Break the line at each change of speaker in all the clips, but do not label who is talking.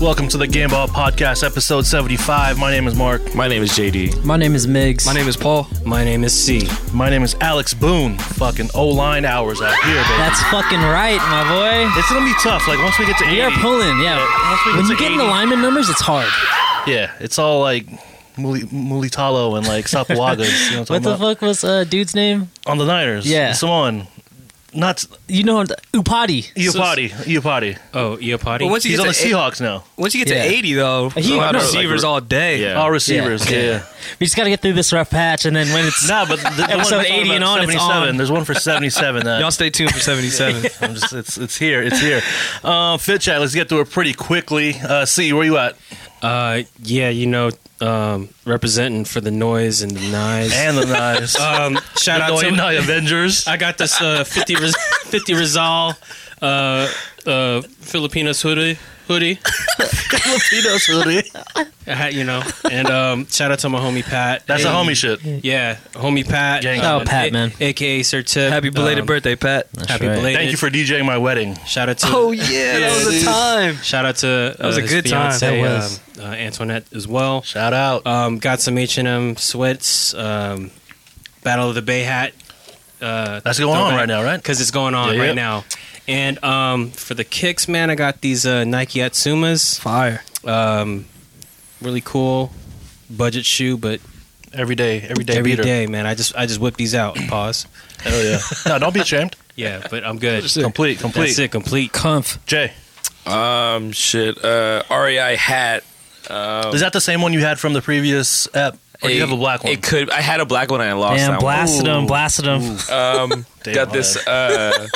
Welcome to the Game Ball Podcast, episode 75. My name is Mark.
My name is JD.
My name is Miggs.
My name is Paul.
My name is C.
My name is Alex Boone. Fucking O line hours out here, baby.
That's fucking right, my boy.
it's gonna be tough. Like once we get to 80,
We are pulling, yeah.
Yeah, once we get
when
to
you get in
80.
the lineman numbers, it's hard.
yeah, it's all like Muli- Mulitalo and like Sapuagas. You know what I'm
What
talking
the
about?
fuck was uh, dude's name?
On the Niners.
Yeah.
Someone. Not
You know, the- Upati.
Iopati. Iopati.
Oh, Iopati.
But once you
He's
get
on the
to eight-
Seahawks now.
once you get
Yeah.
to eighty though,
He-
a lot of
no, like,
receivers all day.
yeah.
All receivers.
Yeah.
Yeah.
We just got to get through this rough patch, and then when it's
Nah, but the, the one
Episode
we're talking
80 and
about,
on, it's
77.
on.
There's one for 77. That
Y'all stay tuned for seventy seven.
I'm just, it's it's here. It's here. Um, Fit chat. Let's get through it pretty quickly. Uh, C, where you at?
Uh, yeah, you know, um, representing for the noise and the knives.
And the knives.
um, shout
the
out to
Noy- Noy Avengers.
I got this uh, 50 res- 50 Rizal uh, uh, Filipinos hoodie hoodie.
Filipinos, really.
I had, you know, and um, shout out to my homie Pat.
That's a
And-
homie shit.
Yeah, homie Pat. Uh,
Gang.
Oh, Pat, man.
A- AKA Sir Tip.
Happy belated
Um,
birthday, Pat.
Happy
right. Oh,
belated.
Thank you for DJing my wedding.
Shout out to
yeah,
that was a
time.
Shout out to that
was a good time.
That was.
um, uh, Antoinette as well.
Shout out.
Um, got some H and M sweats. Um, Battle of the Bay hat. Uh,
That's going on right now, right?
Because it's going on
Yeah,
right
yep.
now. And um, for the kicks, man, I got these uh, Nike Atsumas.
fire.
Um, really cool budget shoe, but
Every day, every day,
every
beater.
day, man, I just I just whip these out. Pause.
Hell yeah. no, don't be ashamed.
Yeah, but I'm good.
Complete,
That's
complete.
it. Complete.
Comf.
Jay,
Um, shit. Uh, REI hat.
is that the same one you had from the previous app? Or do you
It-
have a black one?
It could. I had a black one. and I lost.
Damn,
that one.
blasted him, blasted him.
Um,
Damn,
got this. Uh,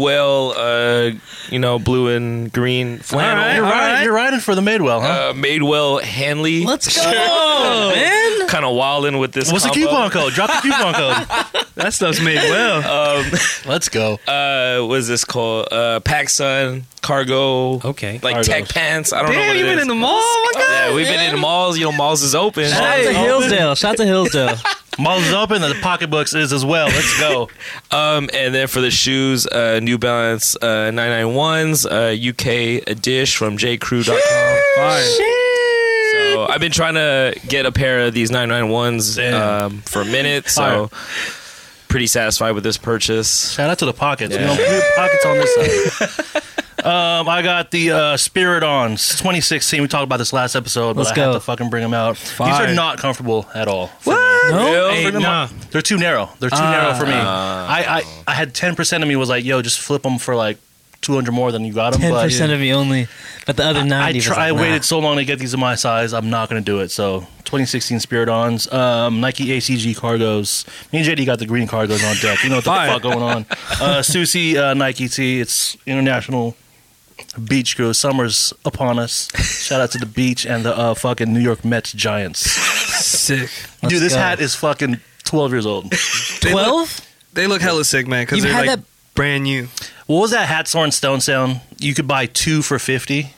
Madewell. Uh, you know, blue and green flannel.
you're, riding, you're riding for the Madewell, huh?
Uh, Madewell Hanley.
Let's go, man.
kind of wilding with this.
What's the
combo.
coupon code? Drop the coupon code.
That stuff's made well.
Um,
Let's go.
uh, what is this called? Uh, PacSun cargo.
Okay.
Like
Cargos.
tech pants. I don't know
Damn,
what
you
it
been
is.
in the mall? Oh my god.
yeah, we've been in the malls. You know, malls is open.
Shout out to
Hey.
Hillsdale. Shout out to Hillsdale.
Malls open and the pocketbooks is as well. Let's go.
Um, and then for the shoes, uh, New Balance uh, 991s, uh, UK dish from jcrew.com. So I've been trying to get a pair of these 991s
Damn.
um, for a minute, so pretty satisfied with this purchase.
Shout out to the pockets.
Yeah.
We don't put pockets on this side. Um, I got the uh, Spirit On 2016. We talked about this last episode, but
Let's
I had
go.
to fucking bring them out. These are
Fire.
not comfortable at all.
No?
Real?
Hey,
Bring them
nah.
out. They're too narrow. They're too narrow for me.
Ah.
I, I, I had 10% of me was like, yo, just flip them for like 200 more than you got them.
Ten
But
percent of me only, but the other
I,
ninety. was
try, I
like, nah.
waited so long to get these in my size. I'm not going to do it. So 2016 Spirit Ons, um, Nike ACG cargos. Me and JD got the green cargos on deck. You know what the fuck going on. Uh, Susie uh, Nike tee. It's international beach crew. Summer's upon us. Shout out to the beach and the uh, fucking New York Mets Giants.
Sick.
Dude, this
go.
hat is fucking 12 years old.
Twelve.
They look hella sick, man, because
You've
they're
had
like
that-
brand new.
What was that hat store in Stone Sound? You could buy two for 50,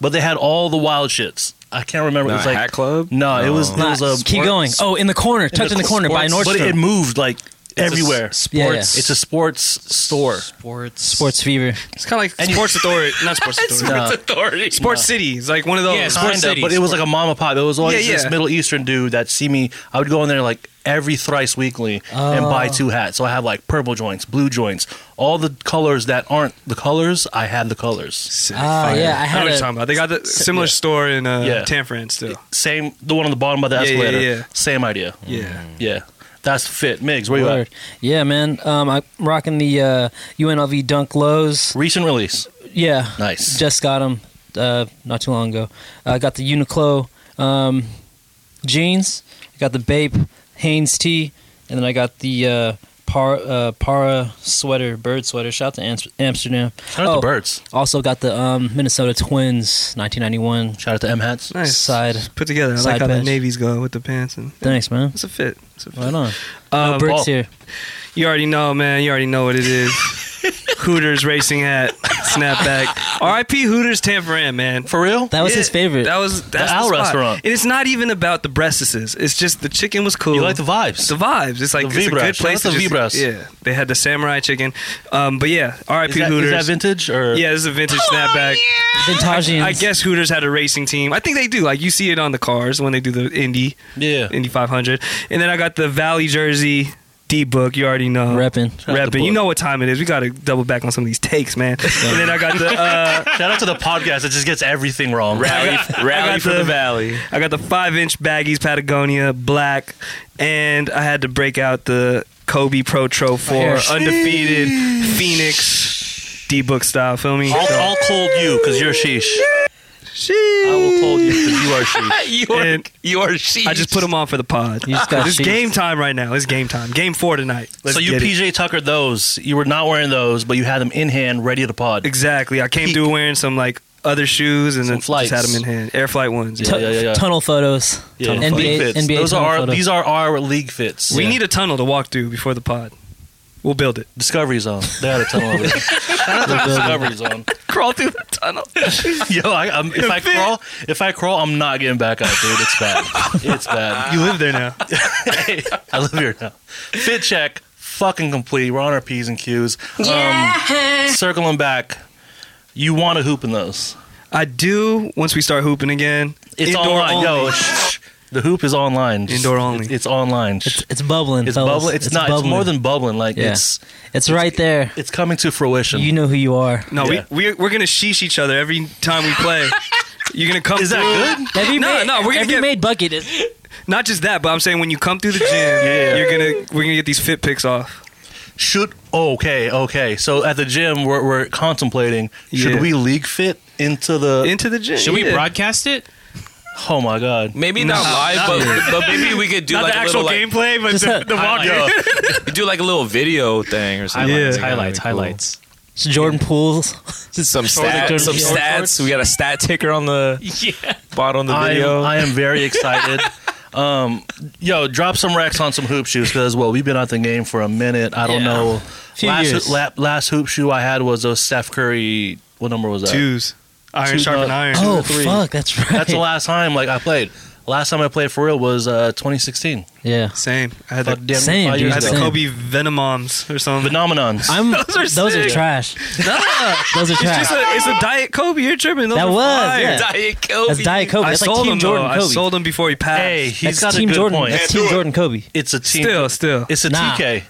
but they had all the wild shits. I can't remember. it was
Not
like
Hat Club?
No, it was, it
Nah,
was a
keep going. Oh, in the corner, tucked in the corner by
sports-
Nordstrom.
But it moved like everywhere.
Sports.
Yeah, yeah.
It's a sports store.
sports.
Sports fever.
It's kind of like Sports Authority, not Sports Authority.
No,
Sports City. It's like one of those.
Yeah, Sports
kinda,
City.
but it was like a mom and pop. It was always
Yeah,
this
yeah.
Middle Eastern dude that see me. I would go in there like every thrice weekly and buy two hats. So I have like purple joints, blue joints, all the colors that aren't the colors. I had the colors.
Sick.
Ah,
Fire.
yeah, I
know
had
what
a-
you're talking about. They got the similar store in uh,
Yeah.
Tanfran still.
Same, the one on the bottom by the
yeah,
escalator.
yeah.
Same idea.
Yeah.
Yeah, that's fit. Migs, where you
Word.
at?
Yeah, man. Um, I'm rocking the uh, UNLV Dunk Lows.
Recent release.
Yeah.
Nice.
Just got them uh, not too long ago. I got the Uniqlo um, jeans. I got the Bape Hanes tee, and then I got the uh, par, uh, Para sweater, bird sweater. Shout out to Amst- Amsterdam.
Shout out to Birds.
Also got the um, Minnesota Twins 1991
Shout out to M hats.
Nice.
side.
Put together. I
Side
like how the
patch.
navy's go with the pants and
Thanks, man.
it's a fit. It's a fit.
Right on.
Um,
No bricks
Paul.
here.
You already know, man. You already know what it is. Hooters racing hat. snapback. R.I.P. Hooters Tamperan, man.
For real?
That was his favorite.
That was that's the
Al
spot.
restaurant.
And it's not even about the breastises. It's just the chicken was cool.
you like the vibes.
It's the vibes. It's like
The
it's
vibras.
a good
Shout
place.
out
to
to
just-
vibras.
Yeah, they had the samurai chicken. Um, but yeah, R.I.P.
is, that, is
Hooters.
that vintage or
yeah, this is a vintage snapback.
Vintagians.
I guess Hooters had a racing team. I think they do. Like you see it on the cars when they do the Indy
yeah?
Indy 500. And then I got the Valley jersey. D book, you already know.
Reppin'.
out to
Reppin'. You
Book.
know what time it is. We got to double back on some of these takes, man. and then I got the uh,
Shout out to the podcast that just gets everything wrong.
Rally, rally for the,
the-
valley.
I got the five inch baggies Patagonia black, and I had to break out the Kobe Pro Tro Four
Sheesh.
undefeated Phoenix D book style. Feel me?
I'll, I'll cold you because you're sheesh. I will cold you because you are sheesh.
you are,
And
you are sheesh.
I just put them on for the pod.
You just got
It's
sheesh.
game time right now. It's game time. Game four tonight. Let's
so you
get it.
PJ Tucker those. You were not wearing those, but you had them in hand, ready to pod.
Exactly. I came
Peak.
through wearing some like other shoes and then
flights.
just had them in hand. Air flight ones.
Tu-
yeah, yeah, yeah.
Tunnel photos.
Yeah.
Tunnel NBA,
League fits.
NBA
those are
tunnel
our,
photos.
these are our league fits.
We
Yeah.
need a tunnel to walk through before the pod. We'll build it.
Discovery Zone. They had a tunnel over there. Shout out to Discovery Zone.
Crawl through the tunnel.
Yo, I, I'm, if I crawl, if I crawl, I'm not getting back up, dude. It's bad. It's bad.
you live there now.
I live here now. Fit check, fucking complete. We're on our p's and q's. Um, circling back, you want to hoop in those?
I do once we start hooping again.
It's
Indoor
online, yo. shh, shh. The hoop is online. Just-
Indoor only.
It's, it's online. Shh.
It's, it's bubbling.
It's
fellas.
bubbling. It's, not. It's more
bubbling.
than bubbling. Like
Yeah.
it's
It's right there.
it's coming to fruition.
You know who you are.
No,
Yeah.
we, we we're gonna sheesh each other every time we play. You're gonna come.
is that
through-
good?
Every
No,
made,
no, we're gonna
every
get-
made bucket is
Not just that, but I'm saying when you come through the gym, you're gonna we're gonna get these fit picks off.
Should okay, okay. So at the gym, we're, we're contemplating should
Yeah.
we league fit into the?
Into the gym.
Should we
yeah.
broadcast it?
oh my god!
Maybe not live, but, but maybe we could do
Not
like
the
a
actual
little like,
gameplay, but the,
uh,
the walk.
Yo,
do like a little video thing or something.
Highlights,
Yeah.
highlights,
That'd be cool.
highlights.
it's Jordan Pools.
Some stats,
Jordan
some
Short
stats.
shorts.
We got a stat ticker on the
Yeah.
bottom of the
I
video.
am, I am very excited. um, yo, drop some racks on some hoop shoes because well, we've been out the game for a minute. I don't
Yeah.
know.
Few
last
years.
la- last hoop shoe I had was those Steph Curry. What number was that?
Twos. Iron
Two,
sharpen
uh,
iron.
Oh
three.
fuck, that's right.
That's the last time like I played. Last time I played for real was uh, 2016.
Yeah.
Same. I had
About
the,
damn
Same,
five
dude,
years
I had the
ago.
same.
Kobe Venomoms or something.
Phenomenons.
I'm
Those
those
are
are,
sick.
trash. those are trash.
It's a, it's a diet Kobe. You're tripping. Those
That
are
was,
fire.
yeah.
Diet Kobe.
That's Diet Kobe.
I
That's
sold
like Team
him
Jordan
though.
Kobe.
I sold him before he passed.
hey, he's
that's
got
Team
a good
Jordan.
point.
That's Team Jordan Kobe.
It's a team.
Still, still,
It's a
Nah.
TK.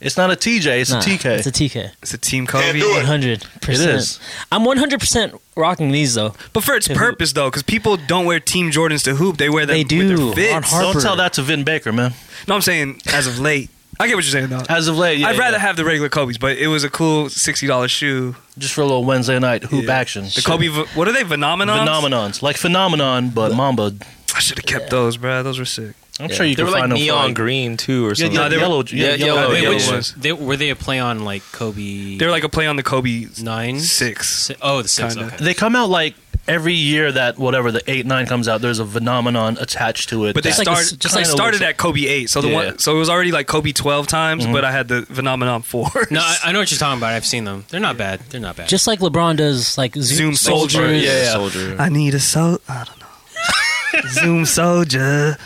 It's not a TJ. It's
Nah,
a TK.
It's a TK.
it's a team Kobe.
One hundred percent.
It is.
I'm one hundred percent rocking these though.
But for its
To hoop.
purpose though, because people don't wear Team Jordans to hoop. They wear them
They do.
with their
On
fits.
hard-
Don't
Harper.
tell that to Vin Baker, man.
No, I'm saying as of late. I get what you're saying though.
As of late, Uh, yeah,
I'd rather
yeah.
have the regular Kobe's, but it was a cool sixty dollars shoe.
just for a little Wednesday night hoop
Yeah.
action.
The Kobe, v- what are they? Phenomenon.
phenomenons, like phenomenon, but Mamba.
I should have kept those, bro. Those were sick.
I'm sure you
they
can
were like
find them. for,
neon
like-
green too, or
Yeah,
something.
yeah,
No, they were-
yellow, yeah,
yeah,
yellow,
yellow,
Oh, yeah,
Wait,
yellow
which-
ones.
Uh, they, were they a play on like Kobe?
They were like a play on the Kobe
nine,
six.
Si- Oh, the six.
Kinda.
Okay.
They come out like every year that whatever the eight nine comes out. There's a phenomenon attached to it.
But they
that-
like a-
started
just
they
like-
started at Kobe eight, so the
Yeah.
one so it was already like Kobe twelve times, but I had the phenomenon four.
No, I, I know what you're talking about. I've seen them. They're not bad. They're not bad.
Just like LeBron does, like
Zoom
Zoom,
soldier,
soldiers.
yeah.
soldier.
I need a sol. I don't know. Zoom soldier.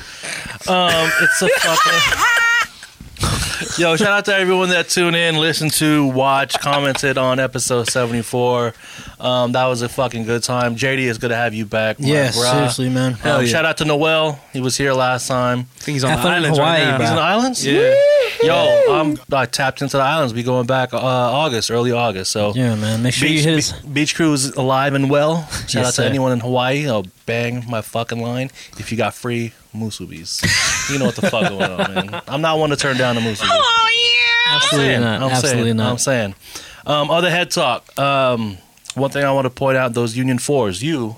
Um, it's a fucking. Yo, shout out to everyone that tuned in, listened to, watched, commented on episode 74. Um, that was a fucking good time. JD is good to have you back. my
Yeah,
bruh.
seriously, man.
Um,
Hell yeah.
Shout out to Noel. He was here last time.
I think he's on
Have
the
fun in
islands
Hawaii,
He's
right now.
in the islands?
Yeah.
Yo, I'm, I tapped into the islands. We going back uh, August, early August. So
Yeah, man. Make sure you
beach,
hit us.
be- beach crew is alive and well. Shout
Yes,
out to
sir.
anyone in Hawaii. I'll bang my fucking line if you got free musubis. you know what the fuck going on, man. I'm not one to turn down a musubi.
Absolutely not.
I'm
Absolutely
saying,
not.
I'm saying. Um, other head talk. Um, one thing I want to point out: those Union fours. You,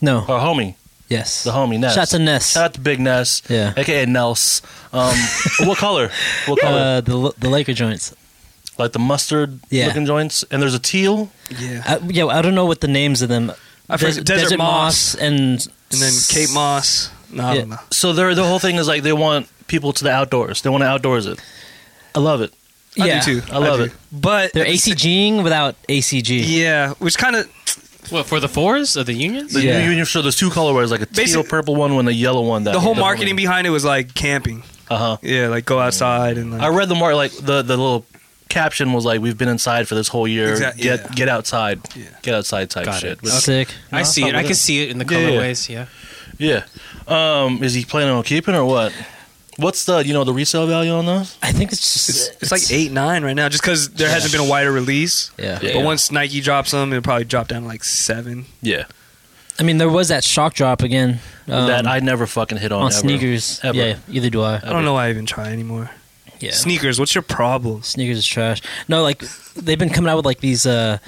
no.
our homie,
Yes.
the homie Ness.
Shout out to Ness.
Shout out to Big Ness,
Yeah.
aka Nels. Um, what color? What color?
Uh, the the Laker joints.
like the mustard
Yeah.
looking joints, and there's a teal.
Yeah.
I, yeah, Uh, I don't know what the names of them.
I forgot-
Des-
Desert Moss.
and
And then Kate Moss. No, I
Yeah.
don't know.
So their the whole thing is like they want people to the outdoors. They want to outdoors it. I love it.
I
Yeah.
do too.
I love
do.
it.
But
They're ACGing without ACG.
yeah, which kind of
What for the fours or the unions?
The
Yeah.
new union show, there's two colorways, like a teal
Basic-
purple one and a yellow one. That
the whole marketing behind it was like camping.
Uh huh.
Yeah, like go outside and
I
like
read the mark like the the little caption was like, "We've been inside for this whole year.
Exact-
get
yeah.
get outside,
Yeah.
get outside type
Got
shit."
it.
But-
Sick.
I see it. I can see it in the
Yeah, yeah.
colorways. Yeah.
Yeah. Um, is he planning on keeping or what? What's the you know the resale value on those?
I think it's just
it's, it's like eight nine right now, just because there hasn't been a wider release.
Yeah.
Yeah.
But once Nike drops them, it'll probably drop down to like seven.
Yeah.
I mean, there was that shock drop again um,
that I never fucking hit on,
on
ever.
sneakers.
Ever.
Yeah, either do Oh, I.
I don't know why I even try anymore.
Yeah.
Sneakers, what's your problem?
Sneakers is trash. No, like they've been coming out with like these uh,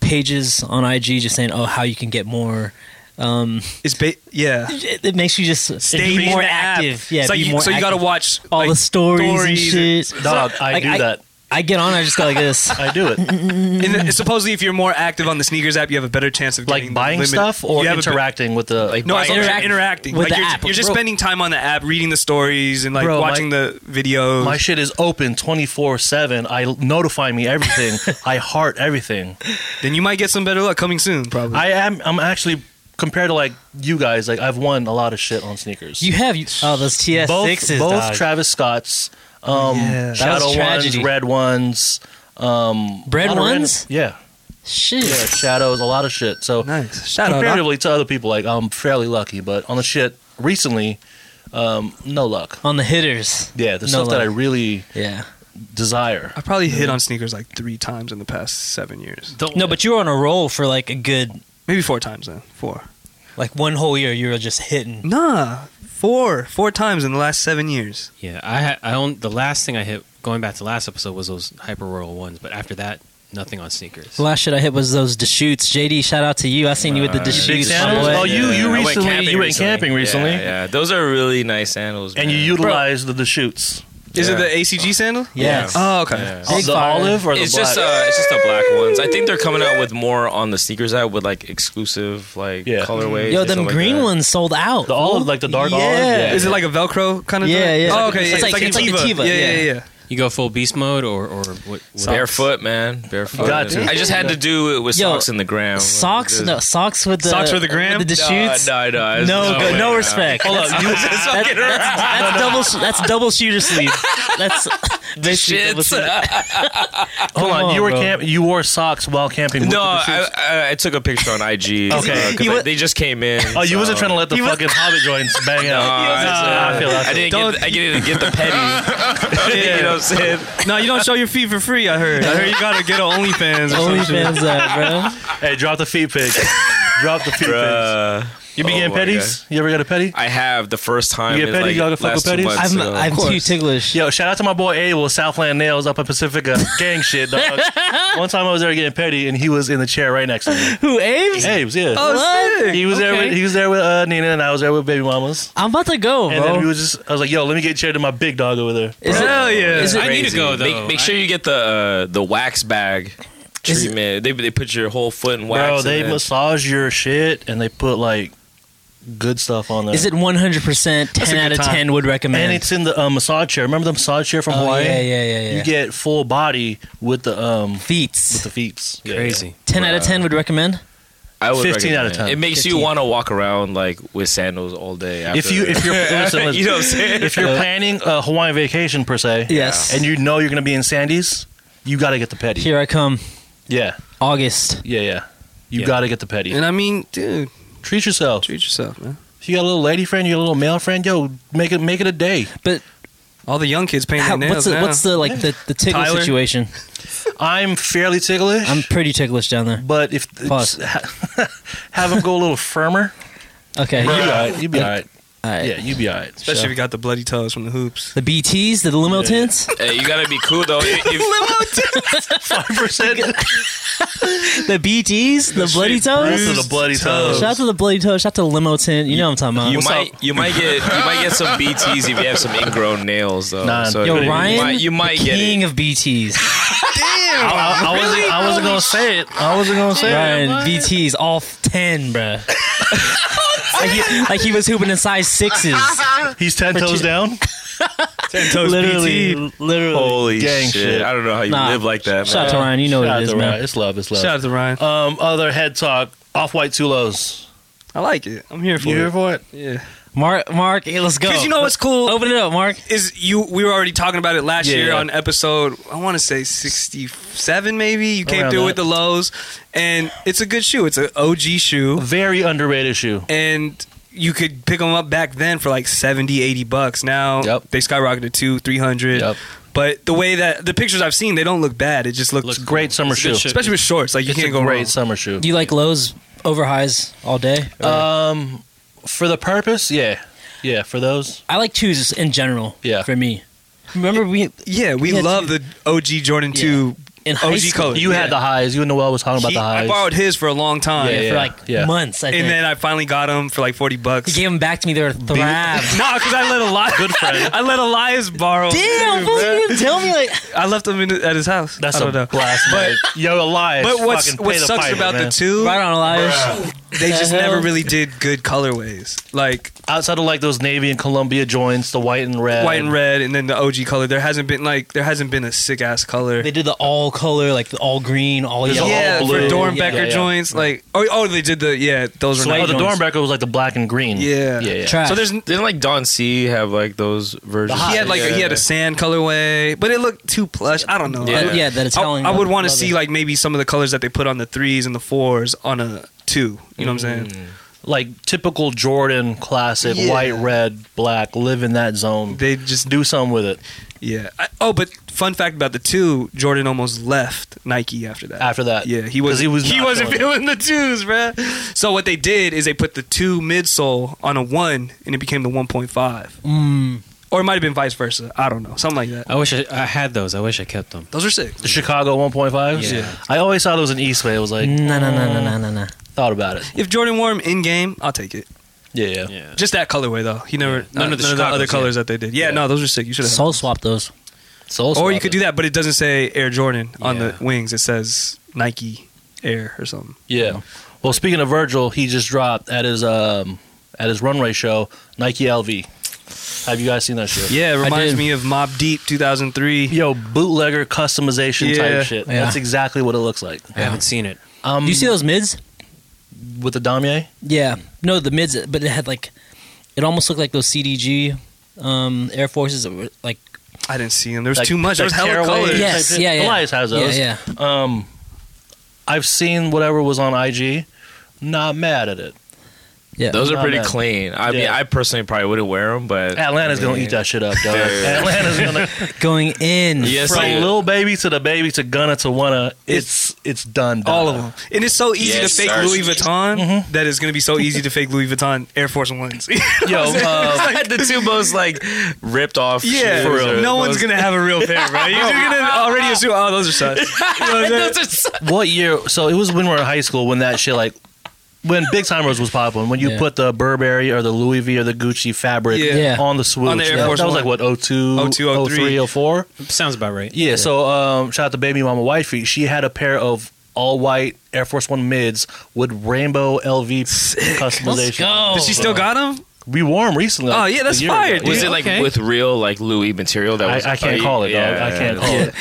pages on IG just saying, "Oh, how you can get more." Um,
It's ba- yeah.
it, it makes you just be
in
more
the app.
active. Yeah,
It's like
be
you,
more
so you got to
active.
watch
all
like,
the stories, and shit.
Dog, I
Like,
do that.
I get on, I just go like this.
I do it.
And then, supposedly, if you're more active on the sneakers app, you have a better chance of getting
Like
the
buying
limited-
stuff or
you have a bit-
interacting with the
Like,
No, as long as you're
Interact-
interacting
with
like
the
you're,
app,
You're just
bro.
spending time on the app, reading the stories, and like
Bro,
watching the videos.
my shit is open 24/7. I notify me everything. I heart everything.
then you might get some better luck coming soon, probably.
I am I'm actually compared to like you guys, like I've won a lot of shit on sneakers.
You have you, oh those TS
both
sixes.
both
dog.
Travis Scott's um
Yeah.
That was
shadow ones,
tragedy.
red ones, um a
Red
lot of random-
ones?
yeah.
Shit.
Yeah, shadows, a lot of shit. So
nice. Shout out.
comparatively to other people, like I'm fairly lucky, but on the shit recently, um, no luck.
On the hitters.
Yeah, the
No
stuff that I
luck.
really
Yeah.
desire.
I probably hit on sneakers like three times in the past seven years.
No, but you were on a roll for like a good
Maybe four times then. Four.
like one whole year. You were just hitting.
Nah, four. Four times in the last seven years.
Yeah. I ha- I own the last thing I hit going back to last episode was those hyper royal ones, but after that, nothing on sneakers.
The last shit I hit was those Deschutes. JD, shout out to you. I seen you with the
Big
Deschutes. my
sandals.
boy.
Oh, you you
I went
recently
camping
you went
recently.
camping recently,
Yeah, yeah. those are really nice sandals.
and you
man.
utilized the, the shoots.
Is
Yeah.
it the ACG sandal?
Yes.
Oh, okay.
Yeah.
Big
the
fire.
olive or the
it's
black?
just uh, it's just the black ones. I think they're coming out with more on the sneakers out with like exclusive like
Yeah.
colorways.
Yo,
and
them
stuff like
green
that.
ones sold out.
the olive, like the dark
Yeah.
olive.
Is it like a Velcro kind of?
Yeah,
thing?
yeah.
Oh, okay.
It's
It's,
like-
like,
it's like a
Akiva.
Teva,
Yeah, yeah,
yeah.
yeah.
You go full beast mode or or what? what
Barefoot, man. Barefoot.
Got to.
uh, I just had to do it with
Yo,
socks in the ground.
Socks, no socks with the
Socks with the gram?
with the Deschutes.
No, no,
No, good,
way,
no respect.
Hold
That's-
on, you was just fucking around.
That's double. sh- That's double shooter sleeve. That's
The
basically double
shits.
shooter-
Hold
Come
on,
on,
you were
bro.
camp, you wore socks while camping. with
No,
the
I,
shoots.
I, I took a picture on
Okay.
IG. uh, 'cause
You
I-
wa-
they just came in.
oh, you wasn't trying to let the fucking hobbit joints bang out. Ah, I feel that.
I didn't get. I didn't get the petty. You know what I'm saying?
No, you don't show your feet for free. I heuld. I heard you gotta get on OnlyFans. Or some shit.
OnlyFans, uh, bro.
Hey, drop the feet pics. drop the feet pics.
Bruh.
You be
Oh
getting
my
petties? You ever got a petty?
I have the first time.
You get
in,
petty,
like,
y'all can fuck
last
with
two
petties?
months
I'm
ago.
I'm too ticklish.
Yo, shout out to my boy Abel, Southland Nails up in Pacifica. Gang shit, dog. One time I was there getting petty, and he was in the chair right next to me.
Who Ames?
Abe's, yeah.
Oh, sick.
he was there.
okay.
With, he was there with uh, Nina, and I was there with baby mamas.
I'm about to go,
And then we
bro.
was just. I was like, "Yo, let me get a chair to my big dog over there."
Is it,
Hell yeah.
is it-
I need to
Crazy.
go though.
Make, make sure you get the uh, the wax bag
Is it-
treatment. They, they put your whole foot in wax.
Bro,
and
they
then-
massage your shit, and they put like good stuff on there.
is it 100% 10 out of 10 would recommend?
And it's in the uh, massage chair. Remember the massage chair from
Oh,
Hawaii?
yeah, yeah, yeah, yeah.
You get full body with the um with
Feats.
the feet. Yeah,
crazy.
10 out of 10 would recommend?
I
15 out of
recommend
10.
It It makes
15.
you want to walk around like with sandals all day.
yeah.
After
If you if you're listen, listen.
you know what I'm saying.
if you're planning a Hawaiian vacation per se,
Yes.
and you know you're gonna be in Sandy's, you got to get the petty.
Here I come.
Yeah,
August.
yeah, yeah. You
Yeah.
got to get the petty.
And I mean, dude,
Treat yourself.
treat yourself, man.
If you got a little lady friend, you got a little male friend, yo, make it make it a day.
But
All the young kids painting
how,
their
what's
nails
the
now.
what's the like the, the tickle
Tyler?
situation?
I'm fairly ticklish,
I'm pretty ticklish down there.
but if
Pause.
have them go a little firmer,
Okay.
you be all right. You be all right.
All right.
Yeah, you be all right.
Especially
show?
if you got the bloody toes from the hoops.
The BTs, the limo tints,
Hey, you gotta be cool though. If- if-
Five percent.
the BTs, the bloody toes.
Those are the bloody toes.
Shout out to the bloody toes. Shout out to the limo tint. You know what I'm talking
you
about.
might you might get you might get some BTs if you have some ingrown nails though.
Nah.
so
Yo,
you
Ryan,
might, you might
the
get
king
it.
of BTs.
I, I wasn't. I wasn't gonna say it. I wasn't gonna say it.
Ryan, BTs, all f- ten, bruh. like, he, like he was hooping in size sixes.
He's ten toes down.
Ten toes
literally,
PT.
literally.
Holy
Gang
shit.
shit.
I don't know how you
Nah.
live like that,
Shout out
man.
to Ryan. You know
Shout
what
out
it is,
to
man.
Ryan. It's love. It's love.
Shout out to Ryan.
Um, other head talk. Off white Tulos.
I like it. I'm here for
You here
it.
for it? Oh.
Yeah.
Mark, Mark, hey, let's go.
Because you know what's cool
Open it up, Mark.
is you. We were already talking about it last
Yeah,
year
yeah.
on episode. I want to say 67, maybe. You came
Around
through with
that.
the lows, and it's a good shoe. It's an OG shoe,
Very underrated shoe.
and you could pick them up back then for like 70, 80 bucks. Now
Yep.
they skyrocketed to three hundred.
Yep.
But the way that the pictures I've seen, they don't look bad. It just looks,
It's a great summer
It's a
shoe.
good shoe.
especially with shorts. Like you
It's a
can't go
great
wrong.
summer shoe.
Do you like lows over highs all day?
Um, for the purpose, yeah, yeah. For those,
I like twos in general.
Yeah.
For me, remember we
Yeah, we
You had
love the OG Jordan
Yeah.
two
in high
OG
school.
color.
you had the highs. You and Noel was talking about
He-
the highs.
I borrowed his for a long time.
Yeah,
for
yeah.
like months. I think.
and then I finally got him for like forty
you
bucks.
gave them back to me. They were thrashed.
nah, because I let Elias. Good friend. I let Elias borrow.
Damn,
too,
fool, you
man.
didn't tell me like.
I left him in, at his house.
That's
I
a
don't know.
blast, but yo, Elias.
But what's
fucking
what
pay the
sucks
piper,
about
man. Uh-huh.
the two?
Right on, Elijah.
They
The
just
hell?
never really did good colorways, like
outside of like those navy and Columbia joints, the white and red,
white and red, and then the OG color. There hasn't been like there hasn't been a sick ass color.
They did the all color, like the all green, all
There's
yellow,
yeah,
all
for
blue.
Dornbecker
Yeah, yeah.
joints, like oh, oh, they did the yeah, those were
Oh,
nice.
the
joints.
Dornbecker was like the black and green.
Yeah.
yeah, yeah.
Trash.
So there's
Didn't like Don C have like those versions?
The hot-
he had like a, he had a sand colorway, but it looked too plush. I don't know.
Yeah.
I-
yeah, that
I,
Italian.
I would want to
Love
see
it.
like maybe some of the colors that they put on the threes and the fours on a two. You know what I'm saying?
Mm. like typical Jordan classic,
Yeah.
white, red, black. Live in that zone.
They just
do something with it
yeah. I, oh, but fun fact about the two, Jordan almost left Nike after that.
after that.
yeah, he
'Cause
was
he was
he
not
wasn't
feeling
feeling the twos, bruh. So what they did is they put the two midsole on a one, and it became the 1.5,
Mm,
or it might have been vice versa. I don't know, something like that.
Oh.
I wish I, I had those. I wish I kept them.
Those are sick.
the Chicago 1.5s.
Yeah.
I always thought it was an Eastway. It was like
Mm.
no, no, no, no, no, no, no.
Thought about it.
If Jordan wore them in game, I'll take it.
Yeah, yeah.
Yeah.
Just that colorway though. He never uh, none,
None
of
of
the,
the
none of the other
Chicago's,
colors that they did. Yeah,
Yeah.
no, those are sick. You should have.
Soul swap those.
Soul
or you could do that, but it doesn't say Air Jordan on the
Yeah.
wings. It says Nike Air or something.
Yeah. Well, speaking of Virgil, he just dropped at his um at his runway show Nike LV. Have you guys seen that shit?
Yeah, it reminds
did.
me of Mob Deep 2003.
Yo, bootlegger customization
Yeah.
type shit.
Yeah.
That's exactly what it looks like.
I haven't seen it.
Um,
Do you see those mids?
with the Damier?
Yeah, no, the mids, but it had like, it almost looked like those CDG um, Air Forces that were like.
I didn't see him. There was
Like-
too much. There
like
was hella
tearaways
colors.
type
Yes,
shit?
yeah, yeah.
Elias has those.
Yeah,
Um, I've seen whatever was on IG. Not mad at it.
yeah.
Those are
Not
pretty
bad.
clean. I mean,
Yeah.
I personally probably wouldn't wear them, but
Atlanta's
I mean,
gonna eat that shit up, dog.
Yeah, yeah, yeah.
Atlanta's gonna
going in.
Yes,
from
I-
little baby to the baby to Gunna to Wanna. It's it's done.
All of
dog.
them. And it's so easy
Yes,
to fake
sir.
Louis Vuitton that it's going to be so easy to fake Louis Vuitton Air Force Ones.
Yo, um,
I had the two most like ripped off.
yeah,
shoes or
no one's
most-
going to have a real pair, right? You're just going to already assume, oh, those are sus. You know what I'm saying?
Those are so-
what year? So it was when we were in high school when that shit like when big timers was popping. When you
Yeah.
put the Burberry or the Louis V or the Gucci fabric
Yeah.
Yeah.
on the swoosh,
On the Air
that,
Force
that was like
One.
what 02,
02, 03.
03, 04?
Sounds about right.
Yeah, oh So um, shout out to baby mama Whitefeet. She had a pair of all white Air Force One mids with rainbow LV customization.
Let's go.
But she still got them?
We wore them recently.
Oh, yeah,
a
that's
year
fire,
ago.
dude.
Was it like
Okay.
with real like Louis material? That
I-
was
I can't
uh,
call it, dog. I can't call it.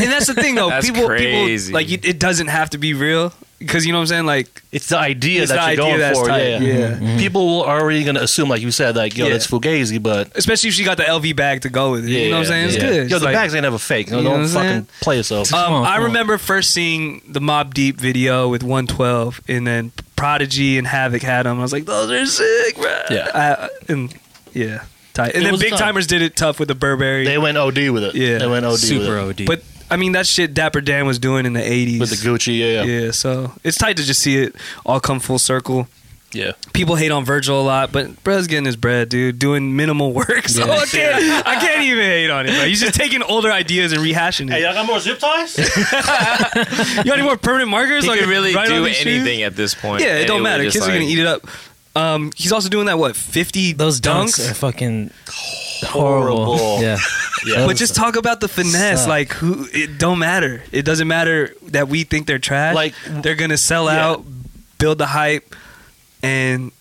And that's the thing, though.
That's
people,
crazy.
people like you- it doesn't have to be real because you know what I'm saying. Like,
It's the idea
It's
that
the
you're
idea
going
that's
for.
tight,
Yeah,
yeah.
People are already gonna assume, like you said, like yo,
Yeah.
that's fugazi, but
especially if she got the LV bag to go with it. you know what I'm saying? It's
yeah.
good.
Yo,
It's
the
like-
bags ain't ever fake. No,
You know
don't
what I'm
fucking
saying?
play yourself.
Um,
on,
I
come on.
remember first seeing the Mob Deep video with 112, and then Prodigy and Havoc had them. I was like, those are sick, bro.
Yeah.
I, and yeah, tight. And
It
then
was
Big
tough.
Timers did it tough with the Burberry.
they went OD with it.
Yeah.
they went OD
Super
with it.
OD.
but I mean, that shit Dapper Dan was doing in the 80s.
With the Gucci, yeah, yeah,
Yeah, so it's tight to just see it all come full circle.
yeah.
People hate on Virgil a lot, but bro's getting his bread, dude. Doing minimal work, so I, can't, I can't even hate on it. Bro. He's just taking older ideas and rehashing it.
y'all got more zip ties?
You got any more permanent markers?
He
I
can really
write on
do
these shoes?
anything at this point.
Yeah, it
and
don't
would
matter.
just,
Kids are gonna
like-
eat it up. Um, he's also doing that what fifty
Those dunks, are fucking horrible.
Horrible.
Yeah.
yeah.
But just talk about the finesse.
Suck.
Like who? It don't matter. It doesn't matter that we think they're trash.
Like-
they're gonna sell
Yeah.
out, build the hype, and